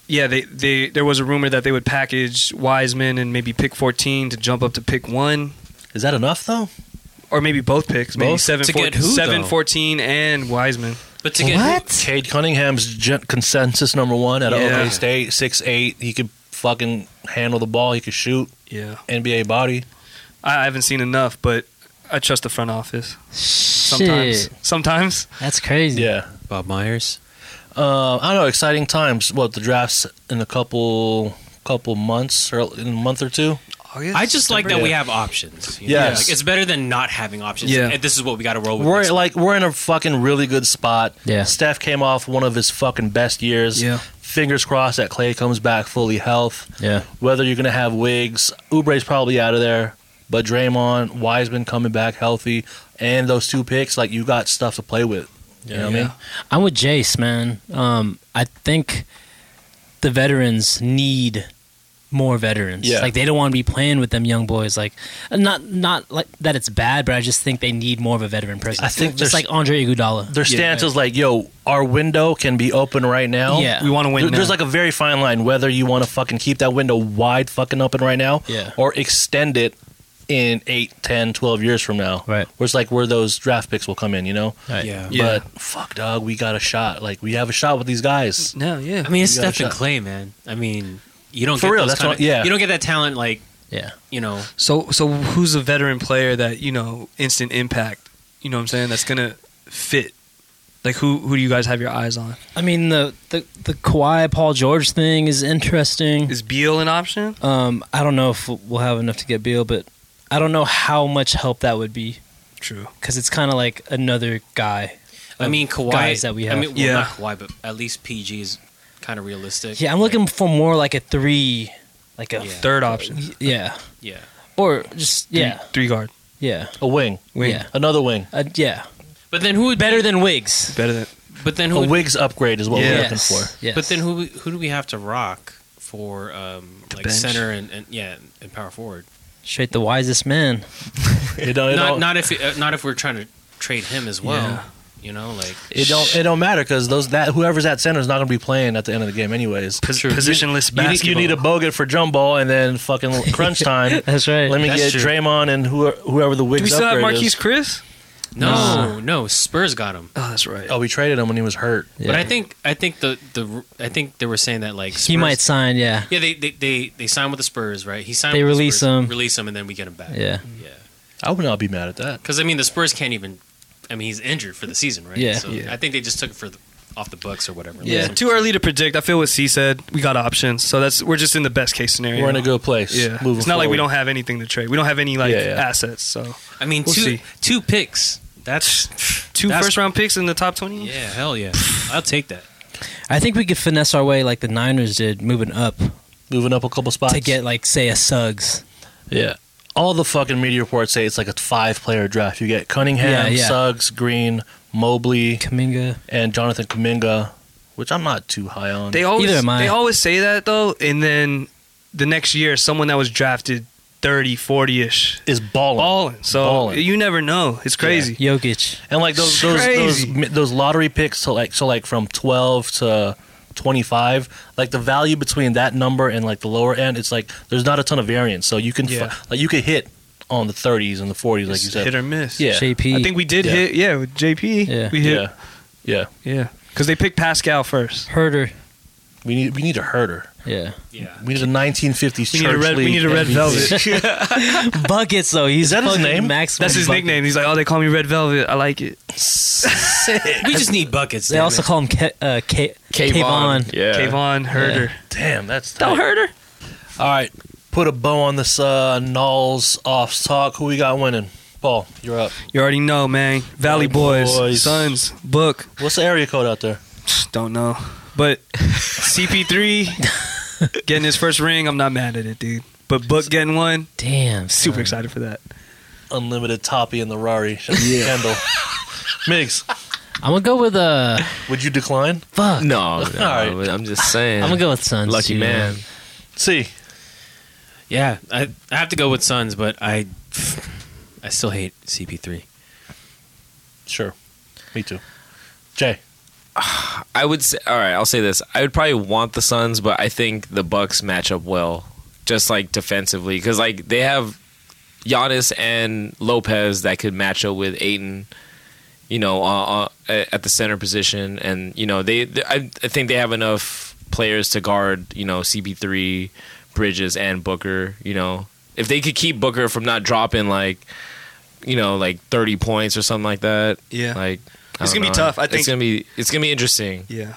yeah, they, they there was a rumor that they would package Wiseman and maybe pick 14 to jump up to pick 1
Is that enough though?
or maybe both picks, maybe
Both?
7
To
four-
get who,
seven,
though?
14 and Wiseman.
But to get
Cade Cunningham's gen- consensus number one at
Yeah.
OK State, six eight. He could fucking handle the ball. He could shoot.
Yeah.
NBA body.
I, I haven't seen enough, but I trust the front office sometimes.
Shit.
Sometimes.
That's crazy.
Yeah.
Bob Myers,
Uh, I don't know. Exciting times. What the drafts in a couple couple months or in a month or two.
I just like that
Yeah.
we have options. you know?
Yes.
Like, it's better than not having options.
Yeah.
And this is what we got to roll with.
We're
next
like we're in a fucking really good spot.
Yeah.
Steph came off one of his fucking best years.
Yeah.
Fingers crossed that Clay comes back fully health.
Yeah.
Whether you're gonna have Wigs, Ubre's probably out of there, but Draymond, Wiseman coming back healthy, and those two picks, like you got stuff to play with. You know what I mean?
I'm with Jace, man. Um, I think the veterans need more veterans.
Yeah.
Like they don't want to be playing with them young boys. Like not not like that it's bad, but I just think they need more of a veteran person.
I think there's-
just like Andre Iguodala.
Their stance is like, yo, our window can be open right now.
Yeah.
We want to win
There- There's
now.
like a very fine line whether you want to fucking keep that window wide fucking open right now
Yeah.
or extend it in 8, 10, 12 years from now.
Right.
Where it's like where those draft picks will come in, you know?
Right.
Yeah.
Yeah.
But fuck, dog, we got a shot. Like, we have a shot with these guys.
No, yeah.
I mean, it's
You gotta
Steph and
shut-
Clay, man. I mean, you don't
For
get
real,
those
that's
kinda-
what- yeah.
You don't get that talent like
Yeah.
You know,
So so who's a veteran player that you know instant impact? You know what I'm saying? That's gonna fit. Like who who do you guys have your eyes on?
I mean the the the Kawhi Paul George thing is interesting.
Is Beal an option?
Um, I don't know if we'll have enough to get Beal, but I don't know how much help that would be
True.
because it's kind of like another guy.
I
of
mean Kawhi.
guys that we have.
I mean, well,
Yeah.
not Kawhi, but at least PG is kind of realistic.
yeah, I'm
Like,
looking for more like a three, like a
Yeah.
Third option.
yeah,
yeah,
or just yeah,
Three, three guard.
yeah,
A wing.
Wing.
yeah,
Another wing.
uh, yeah.
but then who would
Better than Wigs.
Better than
But then
A
who?
wigs upgrade is what we're looking
Yes.
for.
Yes.
But then who? Who do we have to rock for? Um, like
bench.
center and, and yeah and power forward.
Straight the wisest man.
It don't, it
Not
don't,
not if uh, not if we're trying to trade him as well. You know, like
it don't it don't matter because those that whoever's at center is not going to be playing at the end of the game anyways.
Pos- positionless
You need,
basketball.
you need a bogut for jump ball and then fucking crunch time.
That's right.
Let me get
That's true.
Draymond and who, whoever the
Do
wigs
we still have
upgrade
Marquise
is.
Chris?
no, no. Spurs got him.
Oh, that's right.
Oh, we traded him when he was hurt.
Yeah.
But I think I think the the I think they were saying that like
he
Spurs-
might sign. Yeah,
Yeah, they they they, they sign with the Spurs, right? He signed.
They
with the
release
Spurs,
him.
release him, and then we get him back.
yeah.
yeah.
I would not be mad at that.
Because I mean, the Spurs can't even. I mean, he's injured for the season, right?
Yeah.
So
Yeah.
I think they just took it for the, off the Bucks or whatever.
yeah.
Like,
Too early to predict. I feel what C said. We got options, so that's we're just in the best case scenario.
We're in a good place.
Yeah.
moving
it's not like we
forward.
don't have anything to trade. We don't have any like
Yeah, yeah.
assets. So
I mean,
We'll
two
see.
two picks. That's
two
That's-
round picks in the top twenty.
yeah, hell yeah. I'll take that.
I think we could finesse our way like the Niners did, moving up
moving up a couple spots
to get like say a Suggs.
Yeah. All the fucking media reports say it's like a five player draft. You get Cunningham,
Yeah, yeah.
Suggs, Green, Mobley,
Kaminga.
and Jonathan Kuminga, which I'm not too high on.
They always
Either am I.
they always say that though, and then the next year someone that was drafted 30, 40 ish
is balling.
balling. So
Balling.
you never know. It's crazy.
Jokic.
and like those those, those
Crazy.
mi- those lottery picks to like so like from 12 to 25, like the value between that number and like the lower end, it's like there's not a ton of variance. So you can fu-
Yeah.
like you could hit on the 30s and the 40s like
It's
you said.
hit or miss.
Yeah.
JP.
I think we did
Yeah.
hit. Yeah, with JP.
Yeah.
we
yeah.
hit.
Yeah.
Yeah, because they picked Pascal first.
Herder.
We need we need a herder.
Yeah.
Yeah.
We need a 1950s
We need a
Church
red. We
League
need a red
MVP.
velvet.
Buckets though. He's
that his
fucking
name?
Maximum
That's his
Bucket.
nickname. He's like, oh, they call me Red Velvet. I like it.
We just need buckets.
They
damn
also
it.
call him K- uh, K- Kayvon.
Yeah.
Kayvon Herder.
Damn, that's tight.
Don't hurt her.
All right, put a bow on this uh, Knowles offs talk. Who we got winning? Paul, you're up.
You already know, man.
Valley
Valley Boys,
Boys.
Sons, Book.
What's the area code out there?
Don't know, but CP3 getting his first ring. I'm not mad at it, dude. But Book getting one.
Damn. son.
Super excited for that.
Unlimited Toppy and the Rari Kendall. Migs,
I'm gonna go with uh.
would you decline?
Fuck.
No, no
right.
but I'm just saying.
I'm gonna go with Suns.
Lucky
too,
man.
See,
Yeah, I, I have to go with Suns, but I I still hate CP3.
sure, me too. Jay,
I would say. All right, I'll say this. I would probably want the Suns, but I think the Bucks match up well, just like defensively, because like they have Giannis and Lopez that could match up with Aiton. You know, uh, uh, at the center position, and you know they. they I, I think they have enough players to guard. You know, CP3, Bridges, and Booker. You know, if they could keep Booker from not dropping like, you know, like thirty points or something like that.
Yeah.
like. I
It's
don't
gonna be tough. I think-
it's gonna be it's gonna be interesting.
Yeah.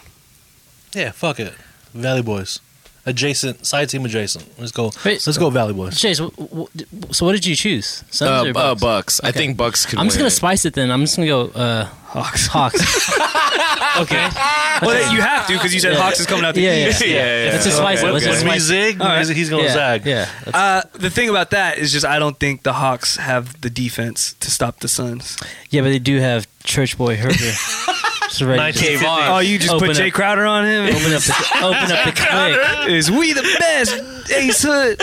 yeah, fuck it, Valley Boys, adjacent side team adjacent. Let's go.
Wait.
let's go Valley Boys.
Chase, wh- wh- so what did you choose? Suns
uh,
or
bu- uh,
Bucks?
Bucks. I
Okay.
think Bucks could.
I'm just
win
gonna
it.
spice it then. I'm just gonna go uh, Hawks. Hawks.
Okay.
Well, you have to because you said
Yeah.
Hawks is coming out the
Yeah, yeah.
East.
Yeah, yeah, yeah.
Let's just spice it. Let's just
When we
spice it.
zig,
All right.
he's gonna
yeah.
zag.
Yeah. That's-
Uh, the thing about that is just I don't think the Hawks have the defense to stop the Suns.
yeah, but they do have Church Boy Herder. Just ready to-
Kayvon.
Oh, you just
Open
put Jay
up.
Crowder on him.
Open up the open up the click.
Is we the best Ace Hood?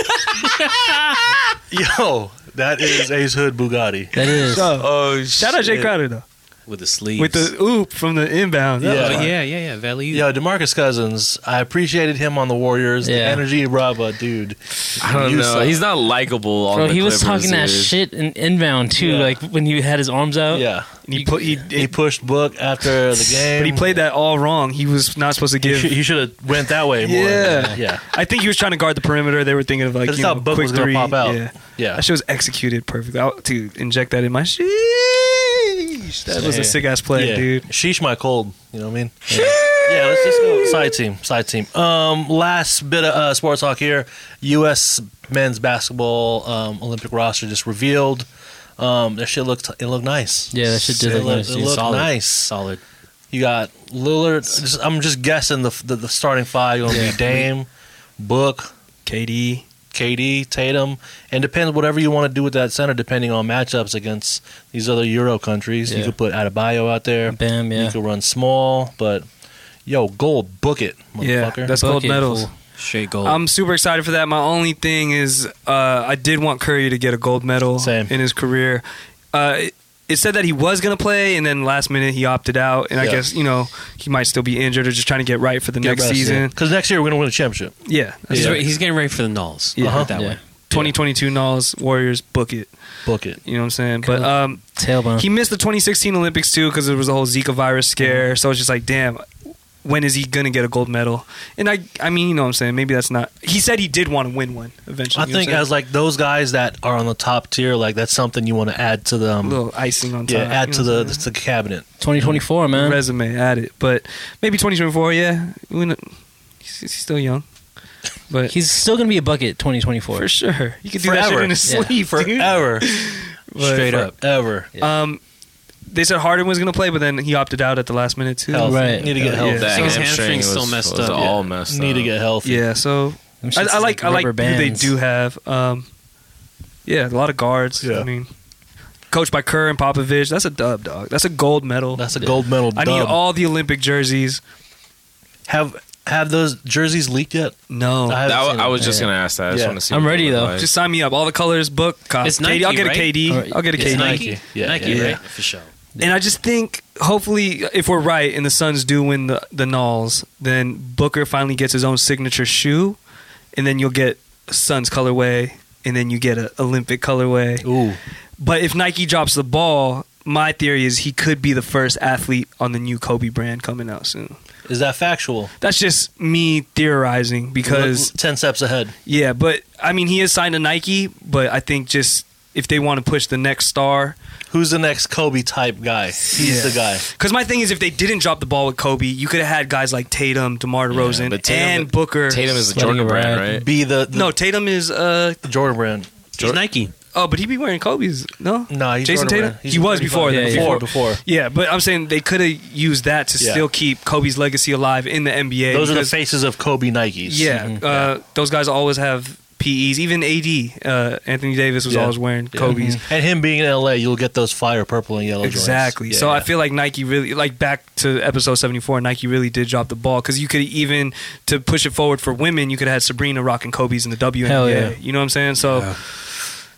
Yo, that is Ace Hood Bugatti.
That is.
Oh,
So,
Oh,
shout out Jay Crowder though.
with the sleeves.
with the oop from the inbound. That
yeah,
was
yeah,
fun.
yeah, yeah. Value.
Yo, Demarcus Cousins, I appreciated him on the Warriors. The
Yeah.
energy, Rava, dude.
I don't
You
know.
suck.
He's not likable. On
Bro,
the
he was
Clippers,
talking that
dude.
shit in inbound too,
Yeah.
like when he had his arms out.
Yeah,
And he put he,
he pushed Book after the game.
but he played that all wrong. He was not supposed to
He
give.
should- He should have went that way more.
Yeah.
yeah,
I think he was trying to guard the perimeter. They were thinking of like
That's
you
how
know,
Book
quick
was gonna
three.
pop out.
Yeah.
yeah.
That shit was executed perfectly. I, to inject that in my sheesh. That was
Yeah.
a sick ass play,
yeah.
dude.
Sheesh, my cold. You know what I mean? Yeah. Yeah, let's just go side team. Side team. Um, last bit of uh, sports talk here. U.S. men's basketball um, Olympic roster just revealed. Um, that shit looked it looked nice.
Yeah, that shit did
It
look
looked-
nice,
It
dude.
looked
Solid.
nice.
solid.
You got Lillard. Just, I'm just guessing the the, the starting five going to
Yeah.
be Dame, Book,
KD.
KD, Tatum, and depends whatever you want to do with that center, depending on matchups against these other Euro countries. You
Yeah.
could put Adebayo out there.
Bam, yeah.
You could run small, but yo, gold, book it,
Yeah,
motherfucker.
that's
Book
gold
it,
medals.
fool.
Straight
Oh.
gold.
I'm super excited for that. My only thing is, uh, I did want Curry to get a gold medal
Same.
in his career. Uh, it, it said that he was going to play, and then last minute he opted out. And I
Yeah.
guess you know he might still be injured or just trying to get right for the next season.
Because next year we're gonna win a championship.
Yeah,
he's,
Yeah.
re- he's getting ready for the nulls. Yeah,
Uh-huh.
that
Yeah.
way.
2022 Knowles Warriors book it.
Book it.
You know what I'm saying? But
Cool.
um,
Tailbone.
he missed the 2016 Olympics too because there was a whole Zika virus scare.
Mm-hmm.
So it's just like, damn, when is he gonna get a gold medal? And I, I mean, you know what I'm saying? Maybe that's not. He said he did want to win one eventually.
I
you know what
think
I'm saying?
as like those guys that are on the top tier, like that's something you want to add to the
a
um,
little icing on top.
yeah, add
you
to
know
the
what I'm saying?
to the cabinet.
2024, man.
resume. Add it, but maybe 2024. Yeah, we know, he's, he's still young, but
He's still gonna be a bucket 2024.
for sure you can do that shit
Forever.
in his
Yeah.
sleep dude.
Forever,
But-
straight up, ever.
Um, they said Harden was gonna play, but then he opted out at the last minute too.
Healthy.
Right.
Need to get
Yeah.
healthy.
That
So his
hamstring
hamstring's
was,
still messed
was
up.
all messed
Need
up.
to get healthy.
Yeah, so
Them
I,
shits
I like I like
rubber
who they
bands.
do have. Um, yeah, a lot of guards.
Yeah.
I mean, coached by Kerr and Popovich. That's a dub, dog. That's a gold medal.
That's a gold medal.
I
Dub.
need all the Olympic jerseys.
have have those jerseys leaked yet?
No,
I haven't
That,
seen
I
them.
was just
Yeah.
gonna ask that. I just
Yeah.
want to see.
I'm
what they
ready,
look
though.
like.
just sign me up. All the colors, book, cop.
It's
KD. I'll
Nike,
get a
right?
KD.
Alright.
I'll get a
It's
KD.
Nike.
Nike. Yeah,
Nike,
yeah.
right? For sure.
And I just think, hopefully, if we're right and the Suns do win the the Nulls, then Booker finally gets his own signature shoe, and then you'll get a Suns colorway, and then you get an Olympic colorway.
Ooh,
But if Nike drops the ball, my theory is he could be the first athlete on the new Kobe brand coming out soon.
is that factual?
That's just me theorizing because
Look- ten steps ahead.
yeah, but I mean he is signed to Nike, but I think just if they want to push the next star,
Who's the next Kobe type guy? He's the guy.
because my thing is if they didn't drop the ball with Kobe, you could have had guys like Tatum, DeMar DeRozan,
but Tatum-
and Booker.
Tatum is a
Letting
Jordan
it
brand,
ride.
right?
Be the, the
no Tatum is uh
Jordan Brand.
He's Nike.
oh, but he be wearing Kobe's no
No, he's
Jason
Jordan
Tatum
Brand. He's
he was
35.
before
Yeah,
then
yeah,
before
before.
yeah, but I'm saying they could have used that to
Yeah.
still keep Kobe's legacy alive in the NBA.
Those are the
because-
faces of Kobe Nikes.
Yeah, uh, those guys always have PEs. Even AD, uh, Anthony Davis was
Yeah.
always wearing
Yeah. Mm-hmm.
Kobe's.
And him being in LA, you'll get those fire purple and yellow. joints.
Mm-hmm. Exactly.
Yeah,
so I
yeah.
feel like Nike really, like back to episode 74, Nike really did drop the ball because you could even, to push it forward for women, you could have had Sabrina rocking Kobe's in the WNBA.
Hell yeah.
You know what I'm saying? So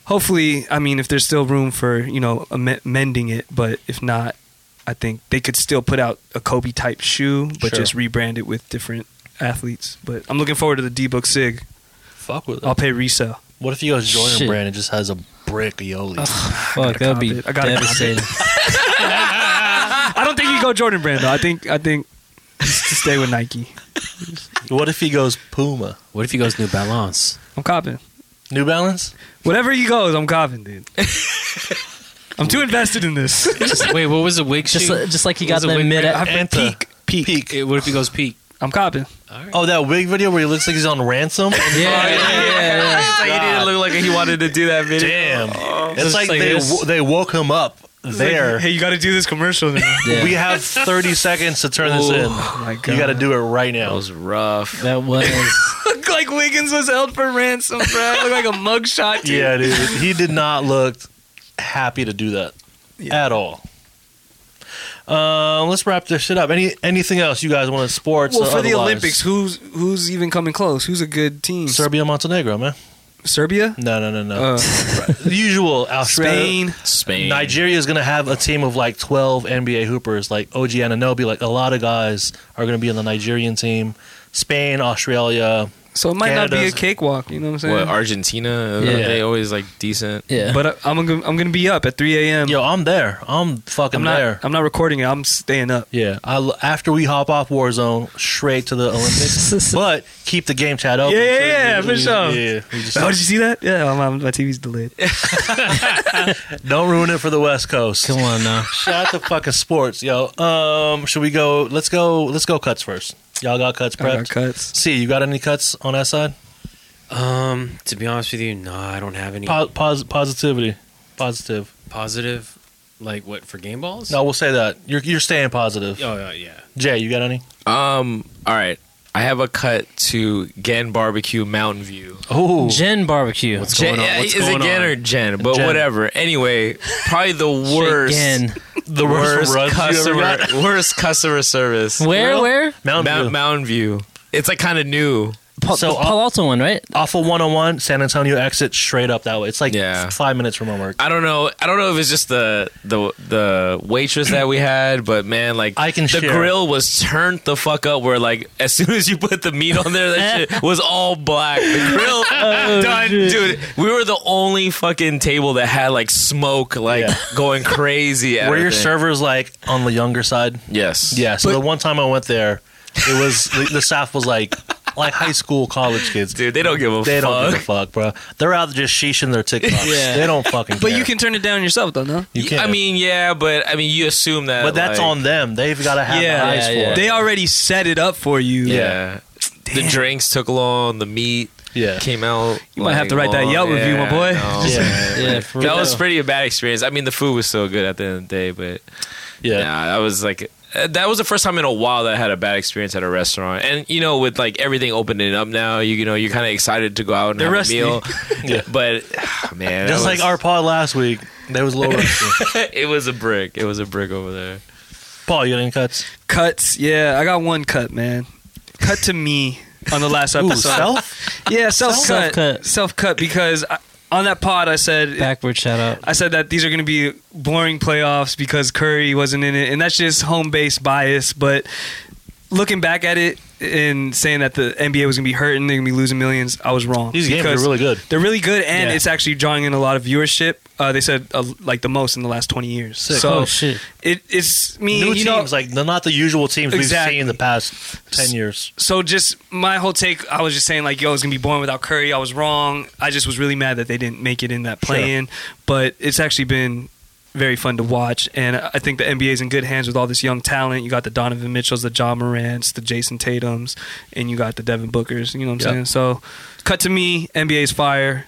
hopefully, I mean, if there's still room for, you know, am- mending it, but if not, I think they could still put out a Kobe type shoe, but
Sure.
just rebrand it with different athletes. But I'm looking forward to the D Book SIG.
fuck with
I'll
it.
pay resale.
Uh, What if he goes Jordan
Shit.
Brand and just has a brick Ioli?
Fuck, that'd be
cop it. I gotta cop it.
devastating.
I don't think you go Jordan Brand though. I think I think just to stay with Nike.
what if he goes Puma?
What if he goes New Balance?
I'm copping.
New Balance?
Whatever he goes, I'm copping, dude. I'm too invested in this.
Wait, what was the wig
just,
shoe?
just like he
What
got
was the
that
wig
mid.
brand?
I've been
Anta.
peak, peak.
Eh, What if he goes peak?
I'm copping.
All right.
Oh, that wig video where he looks like he's on ransom?
Yeah, yeah, yeah.
It's like he didn't look like he wanted to do that video.
Damn. it's
Just
like,
like
they,
this.
wo- they woke him up there.
Hey, you got to do this commercial. Now.
yeah.
We have 30 seconds to turn this in.
my
You
God.
got to do it right
That
now.
was rough.
that was
look like Wiggins was held for ransom, bro. Look like a mugshot. Dude.
Yeah, dude. He did not look happy to do that
Yeah.
at all. Um, let's wrap this shit up. Any anything else you guys want in sports?
Well,
or
for the
otherwise?
Olympics, who's who's even coming close? Who's a good team?
Serbia, Montenegro, man.
Serbia,
No, no, no, no.
uh,
The usual Australia.
Spain.
Spain.
Nigeria is going to have a team of like 12 NBA hoopers, like OG Ananobi. Like a lot of guys are going to be on the Nigerian team. Spain, Australia.
So it might not be a
Canada's-
cakewalk. You know what I'm saying?
What Argentina?
Yeah.
They always like decent.
Yeah.
But I, I'm gonna, I'm gonna be up at 3 a.m.
Yo, I'm there. I'm fucking
I'm not
there.
I'm not recording it. I'm staying up.
yeah, I, after we hop off Warzone, straight to the Olympics. but keep the game chat open.
Yeah, yeah, yeah, for sure.
Yeah, we just-
Oh, did you see that? Yeah, oh, my, my TV's delayed.
don't ruin it for the West Coast.
Come on now.
Shout out to fucking sports, yo. Um, should we go? Let's go. Let's go cuts first. Y'all got cuts
I got
prepped.
cuts.
See, you got any cuts on that side?
Um, to be honest with you, no, I don't have any
Po- pos- positivity, positive.
positive, like what for game balls?
No, we'll say that. You're you're staying positive.
Oh yeah, yeah.
Jay, you got any?
Um. All right. I have a cut to Gen Barbecue Mountain View.
Oh,
Gen barbecue.
What's
Gen,
going on? What's
is
going
it Gen
on?
or Gen? But
Gen.
whatever. Anyway, probably the worst.
Gen.
the
Worst
runs you ever
customer.
got.
Worst customer service.
Where?
Well,
Where?
Mountain
Mount,
View.
Mountain View. It's like kind of new.
Pa-
So,
the
uh,
Palo Alto one, right?
Off of 101, San Antonio exit straight up that way. It's like
Yeah.
five minutes from my work.
I don't know. I don't know if it's just the the the waitress that we had, but man, like
I can
the
share.
grill was turned the fuck up. Where like as soon as you put the meat on there, that shit was all black. The grill
Oh,
done, dude. We were the only fucking table that had like smoke, like
Yeah.
going crazy. At
Were your
everything.
servers like on the younger side?
Yes.
Yeah. So the
But-
one time I went there, it was the, the staff was like like high school college kids.
dude, they don't give a
They
fuck.
don't give a fuck, bro. They're out just sheeshing their TikToks.
Yeah.
They don't fucking.
But
care.
you can turn it down yourself, though. No,
You can.
I mean, yeah, but I mean, you assume that.
but that's
like,
on them. They've got to have
Yeah,
the eyes
yeah, yeah.
for it.
they already set it up for you.
Yeah. The drinks took long. The meat
Yeah.
came out.
You might have to write that
long.
Yelp review,
Yeah,
my boy.
no.
Yeah.
Yeah. For
that
real.
was pretty a bad experience. I mean, the food was so good at the end of the day, but
Yeah.
nah, that was like uh, that was the first time in a while that I had a bad experience at a restaurant. And you know, with like everything opening up now, you, you know, you're kind of excited to go out and
They're
have
rusty.
a meal.
Yeah.
But ah, man, that
Just like
was-
our pod last week, there was lower.
it was a brick. It was a brick over there.
Paul, you got any cuts?
Cuts. Yeah, I got one cut, man. Cut to me on the last
Ooh,
episode.
self?
Yeah, self cut.
Self-cut.
Self cut because I, on that pod I said
backward shout out.
I said that these are going to be boring playoffs because Curry wasn't in it, and that's just home base bias. But looking back at it and saying that the NBA was going to be hurting, they're going to be losing millions, I was wrong.
These games
Because
are really good.
They're really good, and
Yeah.
it's actually drawing in a lot of viewership. Uh, they said uh, like the most in the last twenty years.
Sick.
So
oh shit.
it, it's me.
New
you
teams,
know,
like they're not the usual teams
Exactly.
we've seen in the past ten years.
so just my whole take i was just saying like yo it's gonna be boring without curry i was wrong i just was really mad that they didn't make it in that play-in but it's actually been very fun to watch and i think the nba is in good hands with all this young talent you got the donovan mitchells the john morants the jason tatums and you got the devin bookers you know what i'm
Yep.
saying so cut to me nba's fire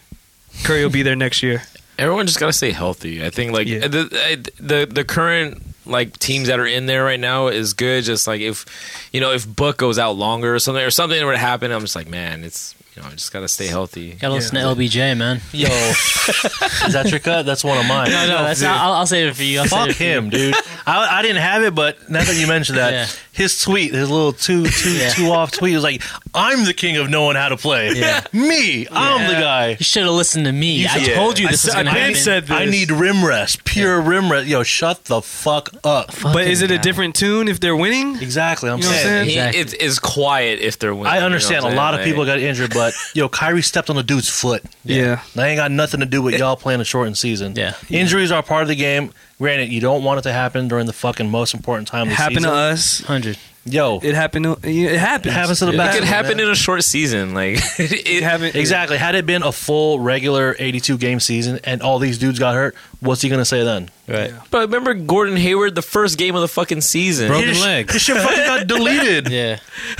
curry will be there next year
Everyone just gotta stay healthy. I think like
Yeah.
the, I- the the current like teams that are in there right now is good. Just like if you know if Book goes out longer or something or something were to happen, I'm just like man, it's you know I just gotta stay healthy.
Gotta listen to LBJ, man.
Yo, is that your cut? That's one of mine.
No, no, that's not, I'll, I'll save it for you. I'll save
Fuck
it for you.
him, dude. I, I didn't have it, but now that you mentioned that,
Yeah.
his tweet, his little two, two,
Yeah.
two off tweet was like, "I'm the king of knowing how to play.
Yeah.
Me, I'm the guy.
You should have listened to me. I
should-
told you
I
this was
said-
gonna
I
happen.
did said
I
this.
need rim rest, pure rim rest. Yo, shut the fuck up.
but is it a
guy.
different tune if they're winning
Exactly. I'm
You know what I'm
saying.
saying?
He,
Exactly.
It is quiet if they're winning.
I understand a lot of people got injured, but yo, Kyrie stepped on the dude's foot.
yeah.
That ain't got nothing to do with y'all playing a shortened season.
Yeah.
Injuries are part of the game. Granted, you don't want it to happen during the fucking most important time of
It
the
happened
season.
to us
Hundred.
Yo,
it happened to it happens
it happens to the
It
best.
could
man.
happen in a short season. Like
it
it
happened
Exactly. Had it been a full regular 82 game season and all these dudes got hurt, what's he going to say then?
Right.
But remember Gordon Hayward, the first game of the fucking season.
Broken
His-
leg.
His shit fucking got deleted.
Yeah.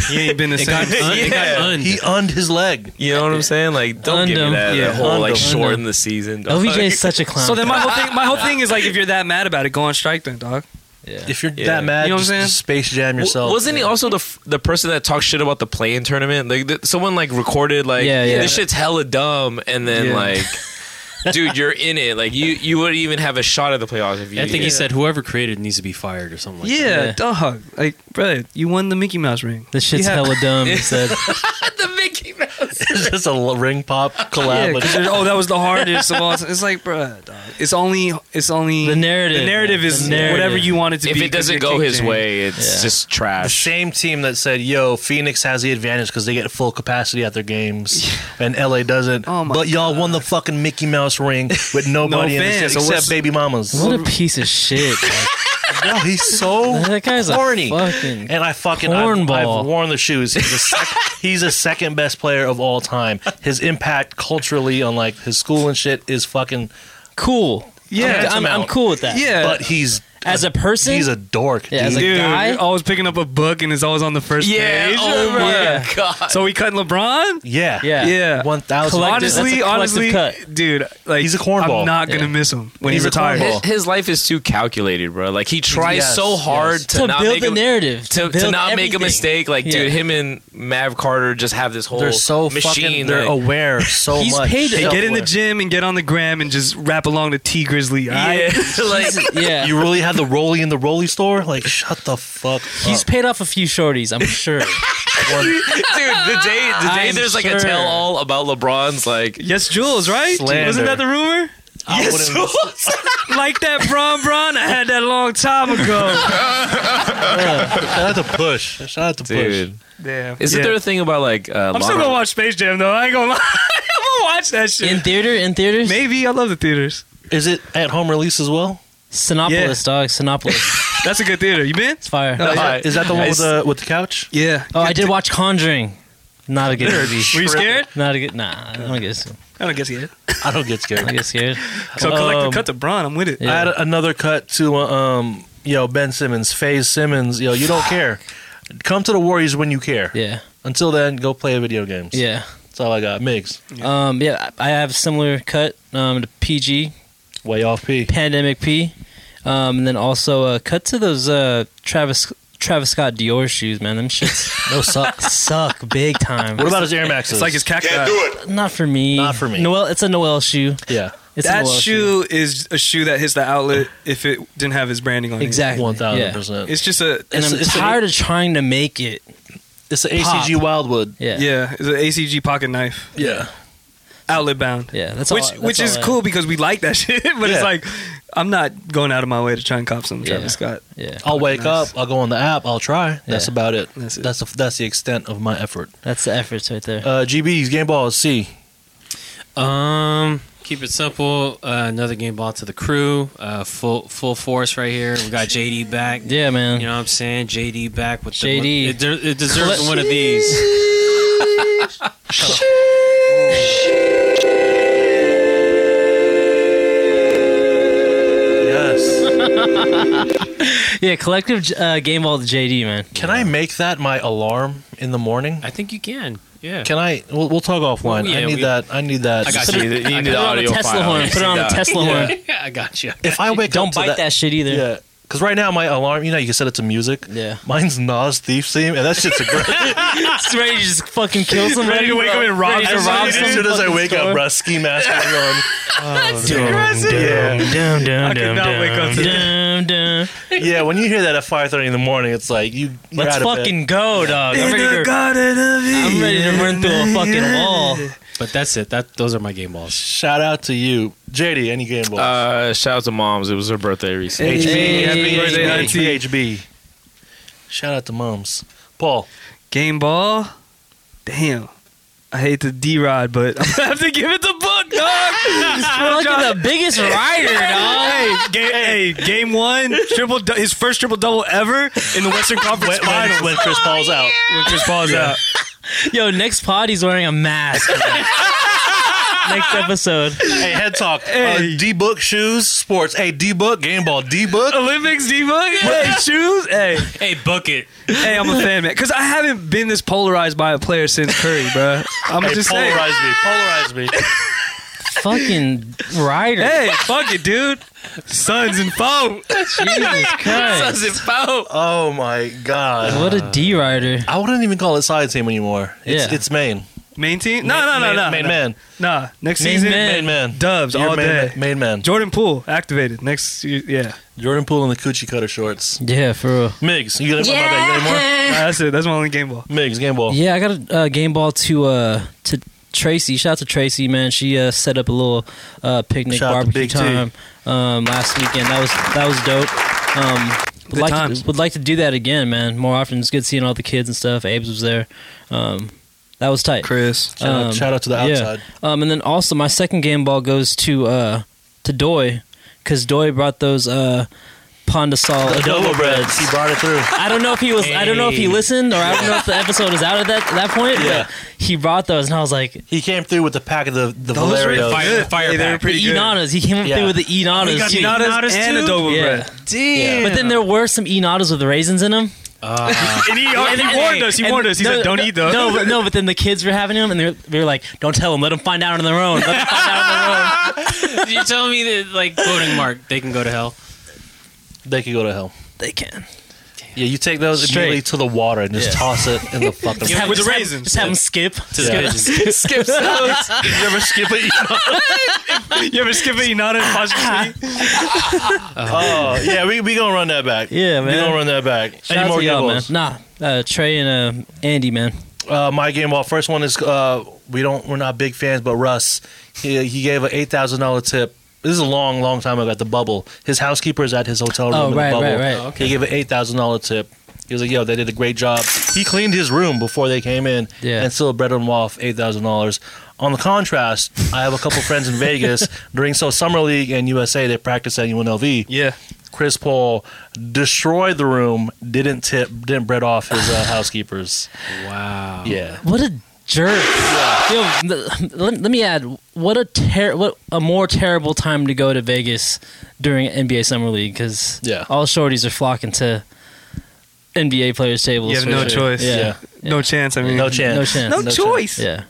he ain't been the
It
same
got, un- it got
Yeah.
unned.
He unned his leg.
You know what I'm saying? Like don't give
Undo.
me that,
Yeah,
that whole like
undo.
shorten the season. dog.
LBJ is such a clown.
So then my whole thing, my whole thing is like, if you're that mad about it, go on strike then, dog.
yeah.
If you're
Yeah.
that mad,
You know what I'm
just,
saying?
just space jam yourself.
W- Wasn't he also the f- the person that talked shit about the playing tournament? Like th- someone like recorded like
Yeah, yeah.
this shit's hella dumb, and then
Yeah.
like. Dude, you're in it. Like you, you wouldn't even have a shot at the playoffs if you.
I think he said whoever created needs to be fired or something like that.
yeah,
Yeah.
dog. Like, brother, you won the Mickey Mouse ring.
this shit's
Yeah.
hella dumb. He said.
the
Mickey Mouse.
It's just a l- ring pop collab.
Yeah,
with-
'cause there's- oh, that was the hardest of all. time. It's like, bruh, dog. it's only, it's only
The narrative.
The narrative
The
is
narrative.
whatever you want it to
if
be.
it
'cause
doesn't
you're
go
King
his
James.
way, it's
Yeah.
just
the
trash.
same team that said, "Yo, Phoenix has the advantage because they get full capacity at their games, and LA doesn't."
Oh my
but y'all won the fucking Mickey Mouse ring with nobody in it
fans, so
except
what's-
baby mamas.
What a piece of shit.
No, he's so
That guy's a
horny.
fucking
and I fucking I've,
cornball.
I've worn the shoes. He's a, sec- he's a second best player of all time. His impact culturally on like his school and shit is fucking.
cool.
Yeah,
I'm, I'm, I'm cool with that.
Yeah.
But he's
As a person?
he's a dork.
Yeah, as
dude.
a-
Dude,
guy?
you're always picking up a book and it's always on the first
yeah.
page.
Oh my
Yeah.
god.
So we cutting LeBron?
yeah,
Yeah.
Yeah.
One thousand.
Collective-
honestly,
that's a
honestly,
collective cut.
dude, like
He's a cornball.
I'm not gonna
Yeah.
miss him when
He's
he
a
retires.
cornball.
His, his life is too calculated, bro. Like he tries
Yes,
so hard
yes.
to,
To
not
build
make
the
a,
narrative,
to,
to
to
build
not make a
everything.
mistake. Like,
Yeah.
dude, him and Mav Carter just have this whole
They're so fucking.
machine.
They're
like,
aware so
He's
much.
paid to-
They
Hey,
Get in the
aware.
gym and get on the gram and just rap along to T Grizzly. all right?
yeah, like
Yeah.
You really had the rolly in the rolly store? Like, shut the fuck
He's
up.
paid off a few shorties, I'm sure.
dude. The day the day
I'm
there's like
sure.
a tell all about LeBron's like.
Yes, Jules, right?
Slander.
Wasn't that the rumor?
I wouldn't-
like that, Bron Bron. I had that a long time ago.
Shout out to Push. Shout out to
Dude,
Damn.
isn't
Yeah.
there a thing about like uh,
I'm still
Lana-
gonna watch Space Jam though. I ain't gonna lie. I'm gonna watch that shit.
In theater, in theaters,
Maybe I love the theaters.
Push. Is it at home release as well?
Sinopolis, dog, Sinopolis,
That's a good theater. You been?
it's fire.
No, I-
Is that the one
I
with the, with the couch?
Yeah.
Oh, I did watch Conjuring. Not a good movie.
Were you scared?
Not a good. Nah, I don't get. scared.
I don't get scared.
I don't get
I
scared.
get scared.
So collective
Um,
cut to Bron. I'm with it.
Yeah.
I had another cut to uh, um, yo Ben Simmons, Faze Simmons. Yo, you don't care. Come to the Warriors when you care.
Yeah,
Until then, go play video games.
yeah,
that's all I got. Migs,
um, yeah. I I have a similar cut um, to PG,
way off P.
Pandemic P, um, and then also uh, cut to those uh, Travis Travis Scott Dior shoes, man. Them shits
No suck.
suck big time.
what about his Air Maxes?
It's like his cacti.
Not for me.
Not for me.
Noel, it's a Noel shoe.
yeah,
It's a
that
Noel
shoe is a shoe that hits the outlet if it didn't have his branding on it.
Exactly.
one thousand
yeah.
percent.
It's just a
And
It's-
I'm
it's a-
tired of trying to make it.
It's the ACG Wildwood.
Yeah.
yeah. it's an ACG pocket knife,
Yeah,
outlet bound.
Yeah, that's all-
which
that's
which
all
is
I-
cool because we like that shit. But
Yeah.
it's like I'm not going out of my way to try and cop some
Yeah.
Travis Scott.
Yeah.
I'll wake
Nice.
up. I'll go on the app. I'll try. That's
Yeah.
about it.
That's it.
That's the, that's the extent of my effort.
That's the efforts right there.
Uh, GB's game ball is C.
Um, keep it simple. Uh, another game ball to the crew. Uh, full full force right here. We got JD back.
yeah, man.
You know what I'm saying? JD back with
JD.
the it, der- it deserves one of these.
Yes.
yeah, collective uh, game ball to JD, man.
Can I make that my alarm in the morning?
I think you can. Yeah.
Can I? We'll, we'll talk offline.
Well, yeah,
I need
we-
that. I need that.
I got
See,
you.
you need
Put it
the
on
Put it on
audio
the Tesla
file.
horn.
You
Put it
see
on the
that?
Tesla horn.
I got you.
If I wake
Don't
up to
bite that, shit either.
Yeah. Because right now my alarm, you know, you can set it to music.
Yeah.
Mine's Nas Thief theme, and that shit's aggressive.
It's ready to just fucking kill somebody.
Ready to wake up and rob
Ready to
somebody.
rob
as soon as I wake up, bruh, ski mask on.
Dum, dum,
I could
dum,
not wake up
dum,
to
dum, dum.
Yeah, when you hear that at 5.30 in the morning, it's like, you, you're
Let's
out of bed.
fucking go, dog. I'm ready, to,
garden of
I'm ready to run through a fucking wall.
But that's it. That those are my game balls.
Shout out to you. JD, any game balls?
Uh, shout out to moms. It was her birthday recently.
HB.
Hey,
happy birthday,
hey, hey.
HB. Shout out to moms. Paul.
Game ball. Damn. I hate the D Rod, but I'm gonna have to give it the book, dog.
Look at the biggest rider, dog.
hey, game, hey, game one, triple, du- his first triple double ever in the Western Conference
When, when,
Finals.
when Chris Paul's out.
When Chris Paul's out.
Yo, next pod he's wearing a mask. next episode.
Hey, head talk.
Hey.
Uh, D book shoes, sports. Hey, D book, game ball, D book.
Olympics D book. Hey, shoes. Hey,
Hey, book it.
hey, I'm a fan, man. Because I haven't been this polarized by a player since Curry, bro. I'm
Hey,
just saying.
polarize me. Polarize me.
Fucking rider.
Hey, fuck it, dude. Sons and foe.
Jesus Christ.
Does it foul?
Oh my god.
What a D rider.
I wouldn't even call it side team anymore. It's,
Yeah.
it's Maine.
Main team? No, no, no,
main,
no.
Main
no.
man.
Nah, next
Main
season,
man.
Main man.
Dubs
You're
all
main
day.
Man, main man.
Jordan Poole activated next. year. Yeah,
Jordan Poole in the coochie cutter shorts.
Yeah, for real.
Migs, you got about that? You got any
Nah, that's it. That's my only game ball.
more? Migs, game ball.
Yeah, I got a uh, game ball to uh to Tracy. Shout out to Tracy, man. She uh, set up a little uh, picnic
Shout out to
barbecue
Big T.
time um, last weekend. That was that was dope. Um, would
Good
like
times.
To, would like to do that again, man. More often. It's good seeing all the kids and stuff. Abe's was there. Um, that was tight.
Chris.
Shout, out,
Um,
shout out to the
yeah.
outside.
Um, and then also my second game ball goes to uh to Doy because Doy brought those uh Pondasol adobo breads.
He brought it through.
I don't know if he was. I don't know if he
Hey.
listened, or I don't know if the episode is out at that that point.
Yeah.
But he brought those, and I was like,
He came through with the pack of the the
Those were
Valerios.
Fire-
good.
fire
Hey, they were
back.
pretty
the
good.
Enadas. He came
Yeah.
through with the Enadas.
got
too.
the
Enadas
Enadas
and
too?
adobo
Yeah.
bread.
Damn.
But then there were some Enadas with raisins in them.
And he, he warned us. He
And-
warned us. He
no,
said, "Don't eat those."
No, but no, but then the kids were having them, and they were, they were like, "Don't tell them. Let them find out on their own. Let them find out on their own."
you tell me that, like, quoting Mark, they can go to hell.
They could go to hell.
They can.
Yeah, you take those
Straight.
immediately to the water and just
Yeah.
toss it in the fucking.
Just have-
With the
just have-
raisins.
Just have them skip.
To the pigeons.
Skip those.
you ever skip it?
you ever skip it? You not in
oh yeah, we we gonna run that back.
Yeah,
we
man.
gonna run that back.
Shout out
Any more
to y'all, man.
giveaways?
Nah, uh, Trey and uh, Andy, man.
Uh, my game ball. First one is uh, we don't we're not big fans, but Russ he, he gave an eight thousand dollar tip. This is a long, long time ago at the bubble. His housekeeper is at his hotel room
Oh,
in
right,
the
right,
bubble.
right.
Oh,
He gave an eight thousand dollar tip. He was like, "Yo, they did a great job." He cleaned his room before they came in,
Yeah.
and still bred him off eight thousand dollars. On the contrast, I have a couple friends in Vegas during so summer league and USA. They practice at UNLV.
Yeah.
Chris Paul destroyed the room. Didn't tip. Didn't bread off his uh, housekeepers.
Wow.
Yeah.
What a jerk! Yo, n- let, let me add. What a ter- what a more terrible time to go to Vegas during NBA Summer League because
Yeah.
all shorties are flocking to NBA players' tables.
You have
for
no
sure.
choice.
Yeah.
Yeah.
No chance. I mean,
No chance.
No chance.
No,
No
choice.
Yeah,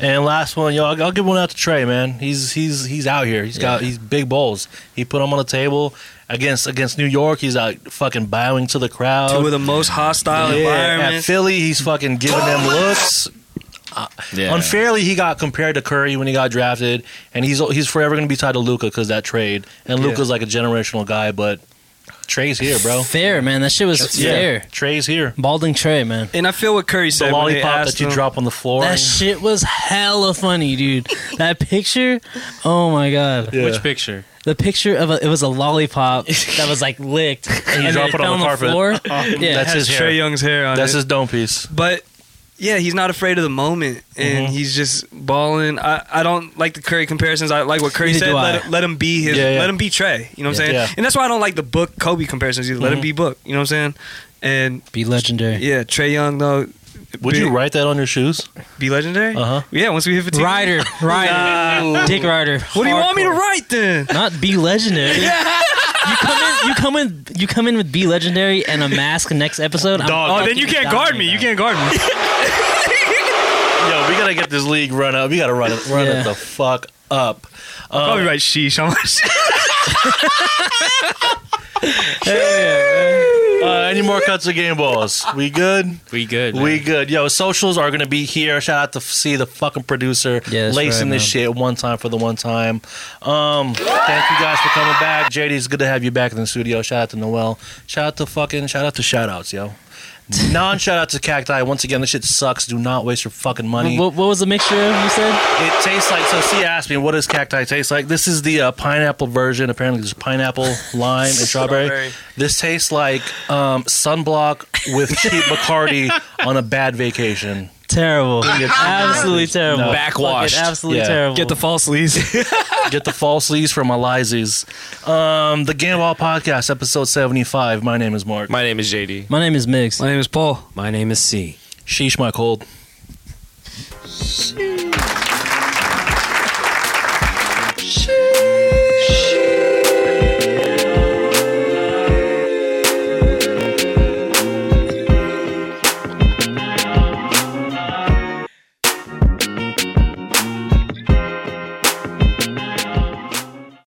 And last one, yo, I'll, I'll give one out to Trey, man. He's he's he's out here. He's got
Yeah.
he's big balls. He put them on the table against against New York. He's out fucking bowing to the crowd.
Two of the most hostile
yeah, at
environments.
Philly, he's fucking giving them looks. Uh,
Yeah.
Unfairly, he got compared to Curry when he got drafted, and he's he's forever gonna be tied to Luca because that trade. And
Yeah.
Luca's like a generational guy, but Trey's here, bro.
fair man. That shit was fair.
Trey's here.
Balding Trey, man.
and I feel what Curry
The
said. when they
lollipop
asked
that you
him-
drop on the floor.
That shit was hella funny, dude. that picture, oh my god.
Yeah.
Which picture?
The picture of a, it was a lollipop that was like licked and,
you
then
drop
it
it on
fell
the carpet. Uh-huh.
floor. yeah,
That's
It has
his hair.
Trey Young's hair on
That's
it.
his dome piece.
But yeah, he's not afraid of the moment, and
Mhm.
he's just balling. I, I don't like the Curry comparisons. I like what Curry
Neither
said.
do
Let,
I.
him- let him be his.
Yeah, yeah.
Let him be Trey. You know what I'm
Yeah.
saying?
Yeah.
And that's why I don't like the book Kobe comparisons either. Let him
Mhm.
be book. You know what I'm saying? And
be legendary.
yeah, Trey Young though.
Would
be,
you write that on your shoes?
be legendary?
Uh-huh.
Yeah. Once we hit 15.
Ryder, Ryder, Dick Ryder.
Uh, What do you want me to write then?
Not be legendary. You come in, you come in, you come in with be legendary and a mask next episode. I'm
Dog.
Oh, then you
fucking
can't guard me.
dying,
You
dog.
can't guard me.
Yo, we gotta get this league run up. We gotta run it, run
Yeah.
it the fuck up.
I'll be right. Sheesh. I'm like,
Uh, any more cuts of game balls? We good?
We good.
We
man.
good. Yo, socials are gonna be here. Shout out to see the fucking producer
Yeah, that's
lacing
right,
this shit one time for the one time. Um, thank you guys for coming back. JD, it's good to have you back in the studio. Shout out to Noel. Shout out to fucking. Shout out to shout outs, yo. Non shout out to cacti. Once again, this shit sucks. Do not waste your fucking money.
What, what was the mixture of you said?
It tastes like. So she asked me, "What does cacti taste like?" This is the uh, pineapple version. Apparently, there's pineapple, lime, and strawberry.
Strawberry.
This tastes like um, sunblock with cheap Bacardi on a bad vacation.
Terrible. Absolutely terrible.
No.
Backwashed.
Fucking Absolutely
Yeah.
terrible.
Get the false leads.
Get the false leaves from Elize's. Um, the Gamball Podcast, episode seventy-five. My name is Mark.
My name is JD.
My name is Mix.
My name is Paul.
My name is C.
Sheesh, my cold.